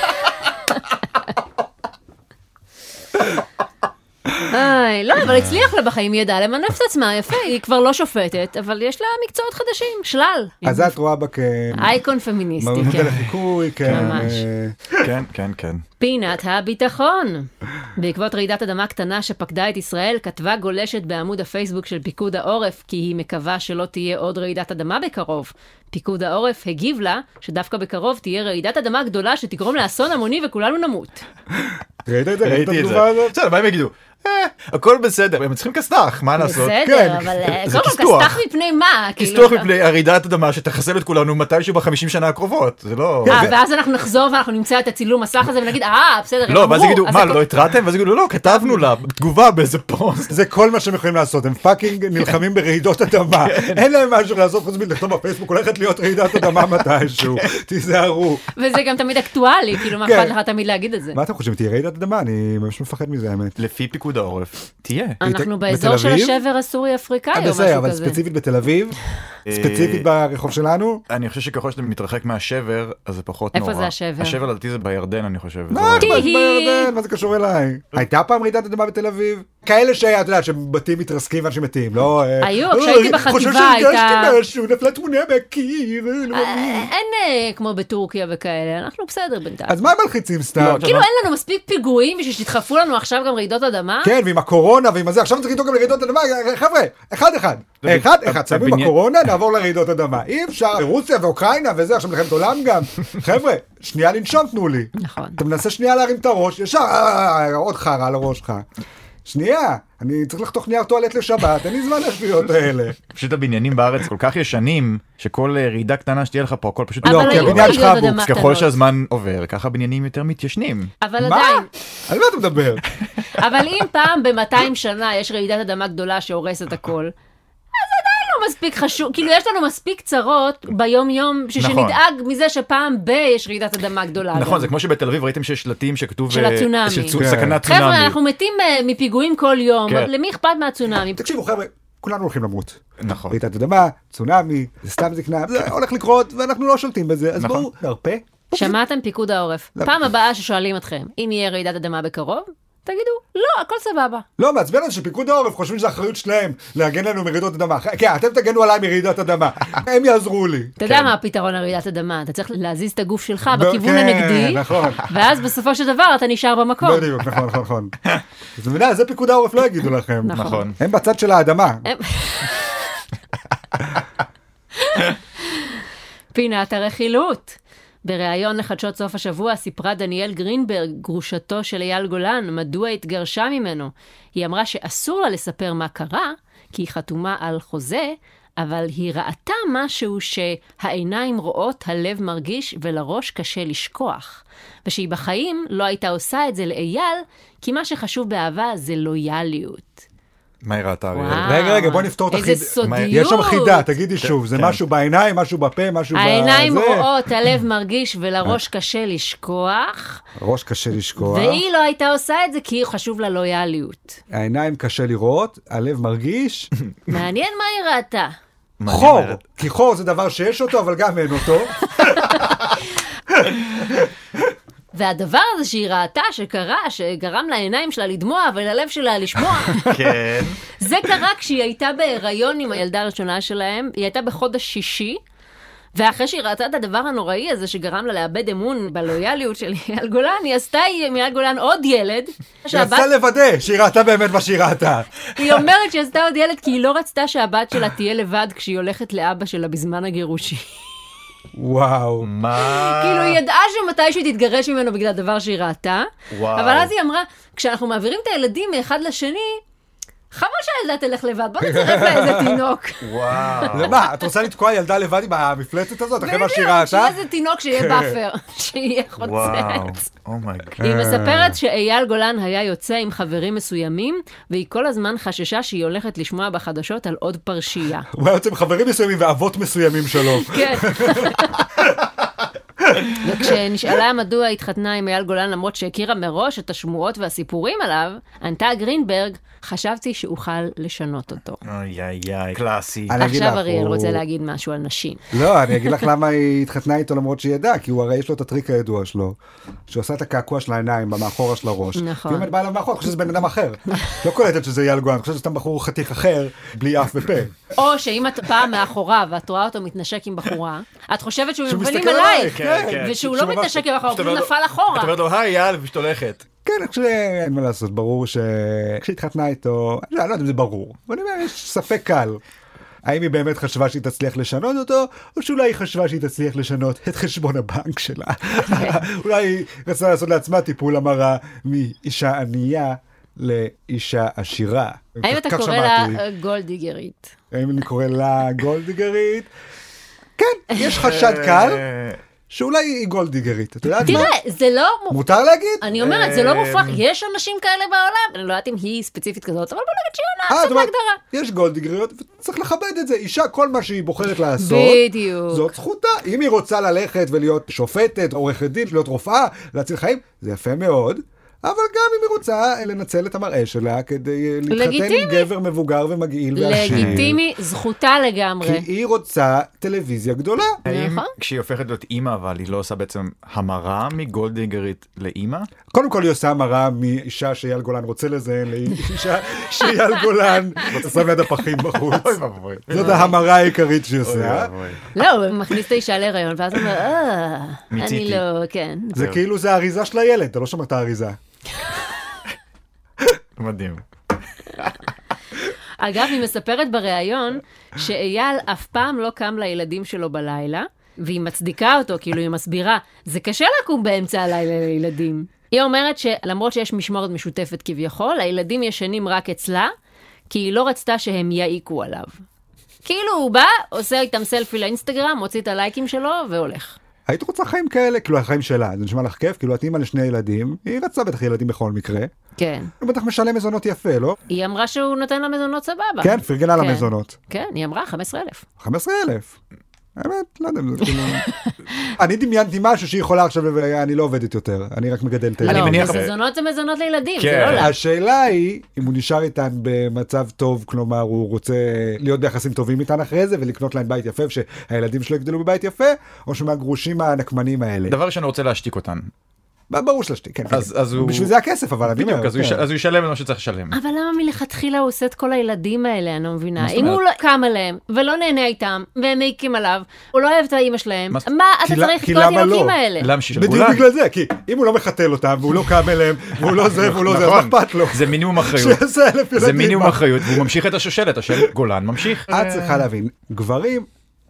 B: איי, לא, אבל הצליח לה בחיים, היא ידעה למנף את עצמה, יפה, היא כבר לא שופטת, אבל יש לה מקצועות חדשים, שלל.
A: אז את רואה בה כ...
B: אייקון פמיניסטי,
A: מודל
B: כן.
A: לחיקוי, כן.
B: ממש.
A: אה,
D: כן, כן, כן.
B: פינת הביטחון. בעקבות רעידת אדמה קטנה שפקדה את ישראל, כתבה גולשת בעמוד הפייסבוק של פיקוד העורף כי היא מקווה שלא תהיה עוד רעידת אדמה בקרוב. פיקוד העורף הגיב לה שדווקא בקרוב תהיה רעידת אדמה גדולה שתגרום לאסון המוני וכולנו נמות.
A: ראית את זה? ראית
D: ראיתי את זה.
A: התגובה הזאת?
D: בסדר, מה הם יגידו? אה, הכל בסדר, הם צריכים כסת"ח, מה לעשות?
B: בסדר,
A: כן.
B: אבל אה,
D: זה
B: קודם כל
D: כסתוח.
B: כסת"ח מפני מה? כאילו,
D: כסתוח מפני הרעידת אדמה שתחסל את כולנו מתישהו בחמישים שנה הקרובות, זה לא...
B: אה, ואז אנחנו נחזור ואנחנו נמצא את הצילום מסך הזה ונגיד, אה, בסדר, הם
D: לא, ואז
B: אמרו."
D: יגידו,
B: אז
D: מה,
B: הכל-
D: לא התרעתם? ואז יגידו, לא, כתבנו לה תגובה באיזה פוסט.
A: זה כל מה שהם יכולים לעשות, הם
B: [LAUGHS]
A: פאקינג נלחמים ברעידות אדמה.
B: כן.
A: אין להם משהו לעשות חוץ מלכתוב בפייסבוק, הולכת להיות רעידת אדמה
B: [LAUGHS]
A: מתישהו,
B: כן.
A: תיזהרו.
B: וזה גם תמיד אקטואלי, כאילו, מה
A: כן.
B: אכפת לך תמיד להגיד את זה?
A: מה אתם חושבים, תהיה רעידת אדמה? אני ממש מפחד מזה, האמת.
B: לא,
D: לפי פיקוד העורף, תהיה.
B: אנחנו
A: בת-
B: באזור
A: בתל
B: של
A: אביב?
B: השבר הסורי-אפריקאי או
A: עד
B: לא, משהו
A: בסדר,
B: כזה.
A: אבל ספציפית בתל אביב,
D: אה,
A: ספציפית ברחוב שלנו.
D: אני חושב שככל שאתה מתרחק מהשבר, אז זה פחות
B: איפה
D: נורא.
B: זה השבר?
D: השבר לדעתי זה בירדן, אני חושב.
A: מה,
D: אזור-
A: מה,
B: תהי.
A: בירדן, מה זה קשור אליי? הייתה פעם רעידת אדמה בתל אביב? כאלה שהיה, אתה יודע, שבתים מתרסקים ואנשים מתים, לא... אה,
B: היו,
A: "אה,
B: כשהייתי
A: אני
B: בחטיבה
A: חושב
B: הייתה-
A: שהרגשתי משהו, נפלה אה, תמונה מהקיר, אה, לא מאמין."
B: אין אה, כמו בטורקיה וכאלה, אנחנו בסדר בינתיים.
A: אז מה הם מלחיצים סתם?
D: לא,
B: כאילו אין לנו מספיק פיגועים בשביל שתדחפו לנו עכשיו גם רעידות אדמה?
A: כן, ועם הקורונה ועם הזה, עכשיו צריך לדאוג גם לרעידות אדמה, אה, חבר'ה, אחד אחד.
D: דוד,
A: אחד
D: אתה-
A: אחד,
D: אתה
A: שמים
D: בניין-
A: בקורונה, נעבור לרעידות אדמה. אי אפשר, רוסיה ואוקראינה וזה, עכשיו מלחמת עולם גם. חבר'ה, שנייה לנשום תנו לי.
B: נכון.
A: אתה מנסה שנייה להרים את הראש, ישר, "אה, עוד חרא על הראש שלך. שנייה, אני צריך לחתוך נייר טואלט לשבת, אין לי זמן לשטויות האלה.
D: פשוט הבניינים בארץ כל כך ישנים, שכל אה, רעידה קטנה שתהיה לך פה, הכל פשוט...
B: אבל
A: לא, כי
B: היו
A: הבניין
B: רעידות
A: שלך עמוק,
B: אדמה
D: ככל
B: קטנות.
D: שהזמן עובר, ככה הבניינים יותר מתיישנים.
B: אבל
A: מה?
B: עדיין,
A: על מה אתה מדבר?
B: אבל אם פעם ב-200 שנה יש רעידת אדמה גדולה שהורסת הכל, אז עדיין לא מספיק חשוב, כאילו יש לנו מספיק צרות ביום-יום, בשביל
D: נכון.
B: שנדאג מזה שפעם ב- יש רעידת אדמה גדולה.
D: נכון,
B: גם.
D: זה כמו שבתל אביב ראיתם שיש שלטים שכתוב...
B: של
D: אה,
B: הצונאמי.
D: של צו-
A: כן.
D: סכנת צונאמי.
B: חבר'ה, אנחנו מתים אה, מפיגועים כל יום,
D: כן.
B: למי אכפת מהצונאמי?
A: תקשיבו חבר'ה, כולנו הולכים למות.
D: נכון.
A: רעידת אדמה, צונאמי, זה סתם זקנה, זה הולך לקרות ואנחנו לא שולטים בזה, אז
D: נכון.
A: בואו נרפה.
B: שמעתם פיקוד העורף?
A: לא.
B: פעם הבאה ששואלים אתכם, אם יהיה רעידת אדמה בקרוב, תגידו, לא, הכל סבבה.
A: לא, מעצבן אותי שפיקוד העורף חושבים שזו אחריות שלהם להגן לנו מרעידות אדמה. כן, אתם תגנו עליי מרעידות אדמה, [LAUGHS] הם יעזרו לי.
B: אתה יודע מה הפתרון לרעידת אדמה, אתה צריך להזיז את הגוף שלך בכיוון
A: כן,
B: הנגדי,
A: נכון.
B: ואז בסופו של דבר אתה נשאר במקום.
A: בדיוק, נכון, נכון, נכון. אז מבינה, זה פיקוד העורף לא יגידו לכם.
B: נכון.
D: נכון.
A: הם בצד של האדמה.
B: הם- פינת הרכילות. בריאיון לחדשות סוף השבוע סיפרה דניאל גרינברג, גרושתו של אייל גולן, מדוע התגרשה ממנו. היא אמרה שאסור לה לספר מה קרה, כי היא חתומה על חוזה, אבל היא ראתה משהו שהעיניים רואות, הלב מרגיש ולראש קשה לשכוח. ושהיא בחיים לא הייתה עושה את זה לאייל, כי מה שחשוב באהבה זה לויאליות.
D: מה היא ראתה? אריאל?
B: וואו.
A: רגע, רגע, בוא נפתור את
B: אה, איזה
A: החידה.
B: סודיות.
A: יש שם חידה, תגידי שוב, זה משהו בעיניים, משהו בפה, משהו בזה.
B: העיניים רואות, הלב מרגיש ולראש קשה לשכוח,
A: ראש קשה לשקוע.
B: והיא לא הייתה עושה את זה כי חשוב לה לויאליות.
A: העיניים קשה לראות, הלב [LAUGHS] מרגיש.
B: מעניין מה היא ראתה.
D: מעניין,
A: חור,
D: אריאל.
A: כי
B: [LAUGHS]
A: חור זה דבר שיש אותו, אבל גם אין אותו.
B: והדבר הזה שהיא ראתה, שקרה, שגרם לעיניים שלה לדמוע וללב שלה לשמוע,
D: כן.
B: זה קרה כשהיא הייתה בהיריון עם הילדה הראשונה שלהם, היא הייתה בחודש שישי. ואחרי שהיא ראתה את הדבר הנוראי הזה שגרם לה לאבד אמון בלויאליות של אייל גולן, היא עשתה עם אייל גולן עוד ילד.
A: היא רצתה לוודא שהיא ראתה באמת מה שהיא ראתה.
B: היא אומרת שהיא עשתה עוד ילד כי היא לא רצתה שהבת שלה תהיה לבד כשהיא הולכת לאבא שלה בזמן הגירושים.
A: וואו.
B: [LAUGHS]
D: מה?
B: כאילו, היא ידעה שמתישהו היא תתגרש ממנו בגלל דבר שהיא ראתה,
D: וואו.
B: אבל אז היא אמרה, כשאנחנו מעבירים את הילדים מאחד לשני, חבל שהילדה תלך לבד, בוא נצרף לה איזה תינוק.
D: וואו.
A: למה, את רוצה לתקוע ילדה לבד עם המפלצת הזאת, [LAUGHS] אחרי מה שהיא
B: בדיוק,
A: ראתה? כן.
B: שיהיה איזה תינוק שיהיה באפר, [LAUGHS] שיהיה
D: וואו. Oh
B: חוצץ.
D: אומייגאד.
A: אה.
B: היא מספרת שאייל גולן היה יוצא עם חברים מסוימים, והיא כל הזמן חששה שהיא הולכת לשמוע בחדשות על עוד פרשייה.
A: הוא היה יוצא עם חברים מסוימים ואבות מסוימים שלו. [LAUGHS]
B: כן. וכשנשאלה מדוע התחתנה עם אייל גולן למרות שהכירה מראש את השמועות והסיפורים עליו, ענתה גרינברג, חשבתי שאוכל לשנות אותו.
D: אוי אוי אוי. קלאסי.
A: אני אגיד לך,
B: עכשיו אריאל
A: הוא-
B: רוצה להגיד משהו על נשים.
A: לא, אני אגיד לך למה היא התחתנה איתו למרות שהיא ידעה, כי הוא הרי יש לו את הטריק הידוע שלו, שהוא עשה את הקעקוע של העיניים במאחורה של הראש.
B: נכון.
A: ואם את באה אליו מאחורה, את חושבת שזה בן אדם אחר. לא קולטת שזה אייל גואן, את חושבת שזה סתם בחור חתיך אחר, בלי אף ופה.
B: או שאם את פעם מאחוריו ואת רואה אותו מתנשק עם בחורה, את חושבת שהוא עם
A: שהוא
B: פנים
A: מסתכל
B: אלייך,
A: עלייך, כן,
D: כן.
B: ושהוא
A: שהוא
B: לא
A: ממש-
B: מתנשק עם אחורה,
D: פשוט
B: הוא
D: אומר
B: פשוט
D: לו-
B: נפל אחורה.
D: את אומרת לו, היי, יאללה, ופשוט הולכת.
A: כן, אני חושב שאין מה לעשות, ברור שכשהיא התחתנה איתו, אני לא אני לא יודע אם זה ברור, אבל אני אומר, יש ספק קל. האם היא באמת חשבה שהיא תצליח לשנות אותו, או שאולי היא חשבה שהיא תצליח לשנות את חשבון הבנק שלה. [LAUGHS] אולי היא רצתה לעשות לעצמה טיפול המרה מאישה ענייה לאישה עשירה.
B: האם
A: כך-
B: אתה
A: כך
B: קורא לה
A: שמעתי.
B: אה, גולדיגרית?
A: האם אני קורא לה גולדיגרית? כן, יש חשד קל
D: אה,
A: שאולי היא גולדיגרית. את יודעת מה?
B: תראה, זה לא מופרך.
A: מותר להגיד?
B: אני אומרת, זה לא
D: אמ,
B: מופרך, יש אנשים כאלה בעולם, אני לא יודעת אם היא ספציפית כזאת, אבל בוא נגיד שהיא
A: אה,
B: עונה
A: את
B: עכשיו
A: אומרת,
B: להגדרה.
A: יש גולדיגריות, וצריך לכבד את זה. אישה, כל מה שהיא בוחרת לעשות,
B: בדיוק.
A: זאת זכותה. אם היא רוצה ללכת ולהיות שופטת, עורכת דין, להיות רופאה, להציל חיים, זה יפה מאוד. אבל גם אם היא רוצה אה, לנצל את המראה שלה כדי אה, להתחתן
B: לגיטימי.
A: עם גבר מבוגר ומגעיל ועשיר.
B: לגיטימי, זכותה
A: כי
B: לגמרי.
A: היא רוצה טלוויזיה גדולה.
D: האם
B: נכון.
D: כשהיא הופכת להיות אימא, אבל היא לא עושה בעצם המרה מגולדינגרית לאימא?
A: קודם כל היא עושה המרה מאישה שאייל גולן רוצה לזיין, לאישה שאייל
D: [LAUGHS]
A: גולן שם ליד הפחים בחוץ.
D: ואבוי.
A: זאת ההמרה העיקרית שהיא עושה.
D: ואבוי.
B: לא, הוא מכניס את האישה להיריון, ואז הוא אומר, אה, אני
D: מיציתי."
B: לא, כן.
A: זה כאילו זה האריזה של הילד, אתה לא שומע את האריזה.
D: מדהים.
A: אה.
B: אגב, היא מספרת בריאיון שאייל אף פעם לא קם לילדים שלו בלילה, והיא מצדיקה אותו, כאילו היא מסבירה, זה קשה לקום באמצע הלילה לילדים. היא אומרת שלמרות שיש משמורת משותפת כביכול, הילדים ישנים רק אצלה, כי היא לא רצתה שהם יעיקו עליו. כאילו הוא בא, עושה איתם סלפי לאינסטגרם, מוציא את הלייקים שלו והולך.
A: היית רוצה חיים כאלה? כאילו החיים שלה, זה נשמע לך כיף? כאילו את אימא לשני ילדים, היא רצה בטח ילדים בכל מקרה.
B: כן.
A: הוא בטח משלם מזונות יפה, לא?
B: היא אמרה שהוא נותן לה מזונות סבבה.
A: כן, פרגנה לה
B: כן.
A: מזונות.
B: כן, היא אמרה 15,000.
A: 15,000. האמת, לא יודע אם זה כאילו... [LAUGHS] אני דמיינתי משהו שהיא יכולה עכשיו, לב- אני לא עובדת יותר, אני רק מגדלת
D: אני
B: לא,
A: ילדים.
D: מניח-
B: מזונות זה מזונות לילדים, זה
D: כן.
B: לא לה.
A: השאלה היא אם הוא נשאר איתן במצב טוב, כלומר הוא רוצה להיות ביחסים טובים איתן אחרי זה ולקנות להם בית יפה, ושהילדים שלו יגדלו בבית יפה, או שהוא מהגרושים הנקמנים האלה.
D: דבר ראשון, הוא רוצה להשתיק אותן.
A: ברור שלשתי, כן.
D: אז-
A: כן.
D: אז הוא-
A: בשביל זה הכסף, אבל אני
D: בדיוק,
A: אומר,
D: אז הוא
A: כן. אה,
D: יש- אז הוא ישלם את מה שצריך לשלם.
B: אבל למה מלכתחילה הוא עושה את כל הילדים האלה, אני לא מבינה.
D: זאת
B: אם הוא לא
D: אומרת?
B: קם עליהם, ולא נהנה איתם, והם מעיקים עליו, הוא לא אוהב את האימא שלהם,
D: מה זאת-
B: מה אתה
A: כי ל-
B: צריך את
A: כי
B: כל
A: למה
B: התינוקים
A: לא?
B: האלה?
D: למה שישלמו
A: בדיוק
D: לה?
A: בגלל זה, כי אם הוא לא מחתל אותם, והוא לא קם אליהם, והוא לא זה, והוא לא זה, אז מה
D: נכון.
A: אכפת לו?
D: זה מינימום אחריות.
A: שיעשה אלף ילדים.
D: זה מינימום
A: מה? אה,
D: אחריות, והוא ממשיך את השושלת, השם גולן ממשיך.
A: את צריכה להבין, גברים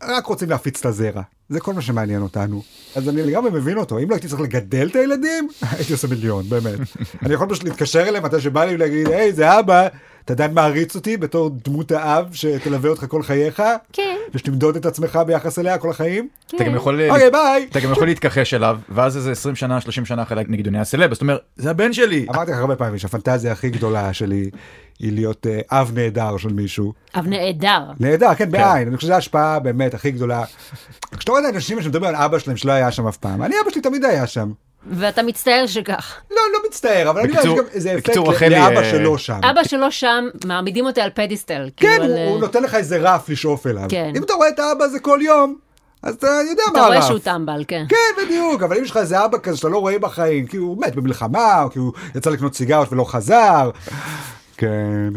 A: רק רוצים להפיץ את הזרע. זה כל מה שמעניין אותנו. אז אני לגמרי מבין אותו, אם לא הייתי צריך לגדל את הילדים, [LAUGHS] הייתי עושה מיליון,
D: [LAUGHS]
A: באמת. אני יכול פשוט להתקשר אליהם מתי שבא לי ולהגיד, היי, זה אבא, אתה עדיין מעריץ אותי בתור דמות האב שתלווה אותך כל חייך?
B: כן.
A: ושתמדוד את עצמך ביחס אליה כל החיים?
D: אתה גם יכול...
A: אוקיי, ביי.
D: אתה גם יכול להתכחש אליו, ואז איזה 20 שנה, 30 שנה אחרי, נגיד, הוא נהיה סלב, אז אתה אומר, זה הבן שלי.
A: אמרתי לך הרבה פעמים שהפנטזיה הכי גדולה שלי היא להיות אה, אב נהדר של מישהו.
B: אבל נהדר.
A: נהדר, כן, בעין. אני חושב שזו ההשפעה באמת הכי גדולה. כשאתה רואה את האנשים שמדברים על אבא שלהם שלא היה שם אף פעם, אני אבא שלי תמיד היה שם.
B: ואתה מצטער שכך.
A: לא, לא מצטער, אבל אני יודע
D: בקיצור-
A: שגם איזה אפקט
D: בקיצור,
A: ל-
D: רחלי,
A: לאבא
D: אה,
A: שלו שם.
B: אבא שלו שם, מעמידים אותו על פדיסטל.
A: כן,
B: כאילו, על,
A: הוא- הוא
B: אה,
A: נותן לך איזה רף לשאוף אליו.
B: כן.
A: אם אתה רואה את האבא הזה כל יום, אז אתה יודע מה
B: אתה רואה
A: הרף.
B: שהוא טמבל, כן.
A: כן, בדיוק, אבל אם יש לך איזה אבא כזה שאתה לא רואה בחיים, כי הוא מת במלחמה, או כי הוא יצא לקנות סיגרות ולא חזר. כן.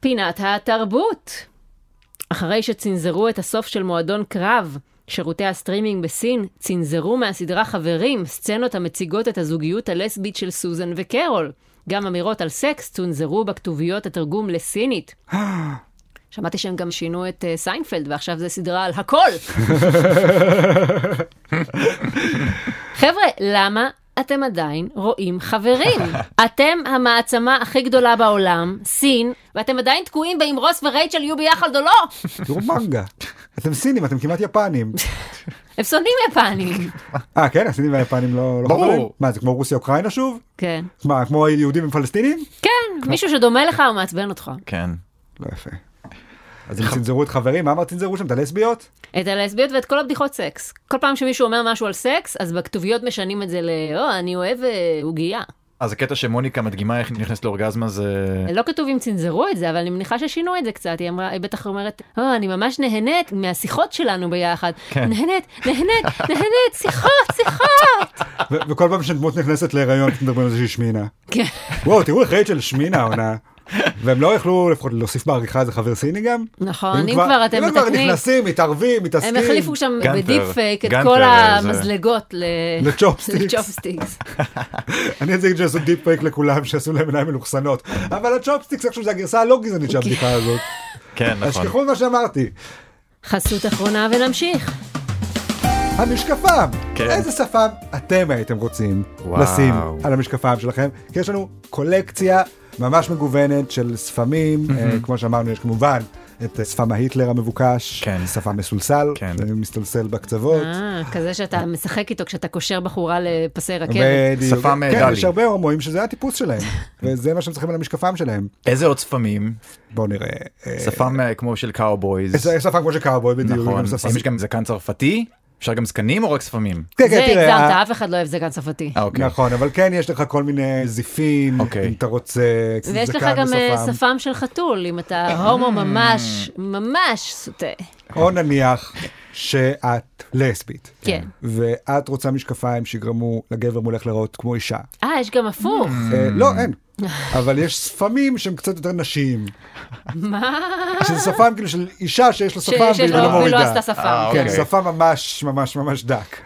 B: פינת התרבות. אחרי שצנזרו את הסוף של מועדון קרב, שירותי הסטרימינג בסין צנזרו מהסדרה חברים סצנות המציגות את הזוגיות הלסבית של סוזן וקרול. גם אמירות על סקס צונזרו בכתוביות התרגום לסינית. שמעתי שהם גם שינו את אה, סיינפלד, ועכשיו זה סדרה על הכל. חבר'ה, למה אתם עדיין רואים חברים? אתם המעצמה הכי גדולה בעולם, סין, ואתם עדיין תקועים באם רוס ורייצ'ל יהיו ביחד או לא?
A: תראו מנגה. אתם סינים, אתם כמעט יפנים.
B: הם שונאים יפנים.
A: אה, כן, הסינים והיפנים לא... לא
C: ברור.
A: חברים? מה, זה כמו רוסיה-אוקראינה שוב?
B: כן.
A: מה, כמו יהודים עם פלסטינים?
B: כן, מישהו שדומה לך הוא מעצבן אותך.
D: כן.
A: לא יפה. אז הם צנזרו את חברים, מה אמר צנזרו שם? את הלסביות?
B: את הלסביות ואת כל הבדיחות סקס. כל פעם שמישהו אומר משהו על סקס, אז בכתוביות משנים את זה ל... או, אני אוהב אה, עוגייה.
D: אז הקטע שמוניקה מדגימה איך היא נכנסת לאורגזמה זה...
A: כן.
B: לא כתוב אם צנזרו את זה, אבל אני מניחה ששינו את זה קצת. היא אמרה, היא בטח אומרת, או, אני ממש נהנית מהשיחות שלנו ביחד.
A: כן.
B: נהנית, נהנית, נהנית, שיחות, שיחות.
A: ו- וכל פעם שדמות נכנסת להיריון, אתם מדברים על זה שהיא שמינה.
B: [LAUGHS] כן,
A: וואו, תראו איך רייצ'ל שמינה העונה. והם לא יכלו לפחות להוסיף בעריכה איזה חבר סיני גם?
B: נכון, אם כבר אתם
A: אם כבר
B: מתקנים.
A: נכנסים, מתערבים, מתעסקים.
B: הם החליפו שם
D: גנטר,
B: בדיפ פייק את
D: גנטר,
B: כל
D: איזה-
B: המזלגות ל-
A: [LAUGHS] לצ'ופסטיקס.
B: לצ'ופסטיקס.
A: אני רציתי שעשו דיפ פייק לכולם, שעשו להם עיניים מלוכסנות. אבל הצ'ופסטיקס איכשהו זה הגרסה הלא גזענית של הבדיחה הזאת.
D: כן,
A: אז
D: נכון.
A: שכחו ממה שאמרתי.
B: חסות אחרונה ונמשיך.
A: המשקפיים.
D: כן.
A: איזה שפם אתם הייתם רוצים
D: וואו.
A: לשים על המשקפיים שלכם? כי יש לנו קולקציה ממש מגוונת של שפמים, אה, כמו שאמרנו, יש כמובן את אה, שפם ההיטלר המבוקש,
D: כן.
A: שפם מסולסל,
D: כן.
A: אה, מסתלסל בקצוות.
B: אה, כזה שאתה משחק איתו כשאתה קושר בחורה לפסי רכבת.
A: בדיוק.
D: שפם, אה,
A: כן,
D: דלי.
A: יש הרבה הומואים שזה הטיפוס
D: [LAUGHS]
A: שלהם, וזה מה שהם צריכים על המשקפיים שלהם.
D: איזה עוד שפמים?
A: בואו נראה. אה,
D: שפם אה, כמו של קאובויז.
A: יש שפם כמו של קאובוי בדיוק.
D: נכון.
A: גם שפם-
D: אם יש גם זקן צרפתי? אפשר גם זקנים או רק שפמים?
A: כן,
B: זה
A: כן, תראה,
B: הגזמת,
A: ה-
B: אף אחד לא אוהב זקן צרפתי.
D: אה, אוקיי.
A: נכון, אבל כן יש לך כל מיני זיפים,
D: אוקיי.
A: אם אתה רוצה,
B: ויש לך
A: זקן כן.
B: גם אה,
A: ושפם.
B: שפם של חתול, אם אתה הומו ממש, ממש סוטה.
A: כן. או נניח שאת לסבית.
B: כן.
A: ואת רוצה משקפיים שיגרמו לגבר מולך להיראות כמו אישה.
D: Mm.
B: אה, יש גם הפוך.
A: אה, לא, אין. אבל יש שפמים שהם קצת יותר נשיים.
B: מה?
A: שזה שפם כאילו של אישה שיש לה
B: ש-
A: שפם
B: שיש
A: והיא
B: לו-
A: לא
B: והיא לא
A: מורידה.
B: עשתה שפם.
A: כן,
B: כן.
D: אוקיי.
A: שפם ממש ממש ממש דק.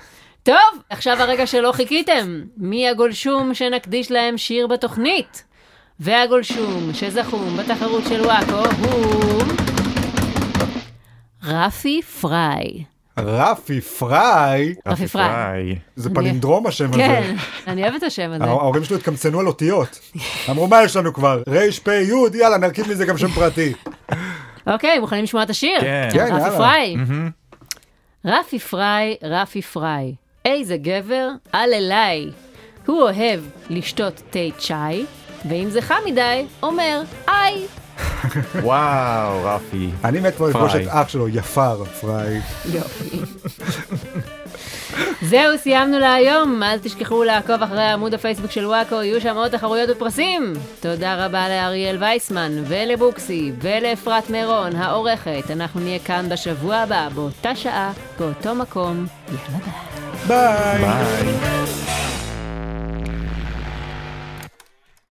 B: טוב, עכשיו הרגע שלא חיכיתם. מי הגולשום שנקדיש להם שיר בתוכנית? והגולשום שזכום בתחרות של וואקו
A: [LAUGHS]
B: הוא... רפי פריי.
A: רפי פריי,
B: רפי פריי.
A: זה פלינדרום השם הזה.
B: [LAUGHS] כן, אני אוהבת את השם הזה.
A: ההור- ההורים שלו התקמצנו על אותיות. אמרו מה יש לנו כבר? רפ"י, יאללה נרכיב מזה גם שם פרטי.
B: אוקיי, מוכנים לשמוע את השיר?
D: כן.
B: של
A: כן,
B: רפי
A: יאללה.
B: פריי. רפי פריי, רפי פריי, איזה גבר, אל אליי. הוא אוהב לשתות תה צ'אי, ואם זה חם מדי, אומר איי.
D: וואו, רפי.
A: אני מת כבר לפגוש
D: פריי.
A: את אח שלו, יפר פריי.
B: יופי. זהו, סיימנו להיום. אל תשכחו לעקוב אחרי עמוד הפייסבוק של וואקו, יהיו שם עוד תחרויות ופרסים. תודה רבה לאריאל וייסמן, ולבוקסי, ולאפרת מירון, העורכת. אנחנו נהיה כאן בשבוע הבא, באותה שעה, באותו מקום. יאללה ביי.
A: ביי.
D: ביי.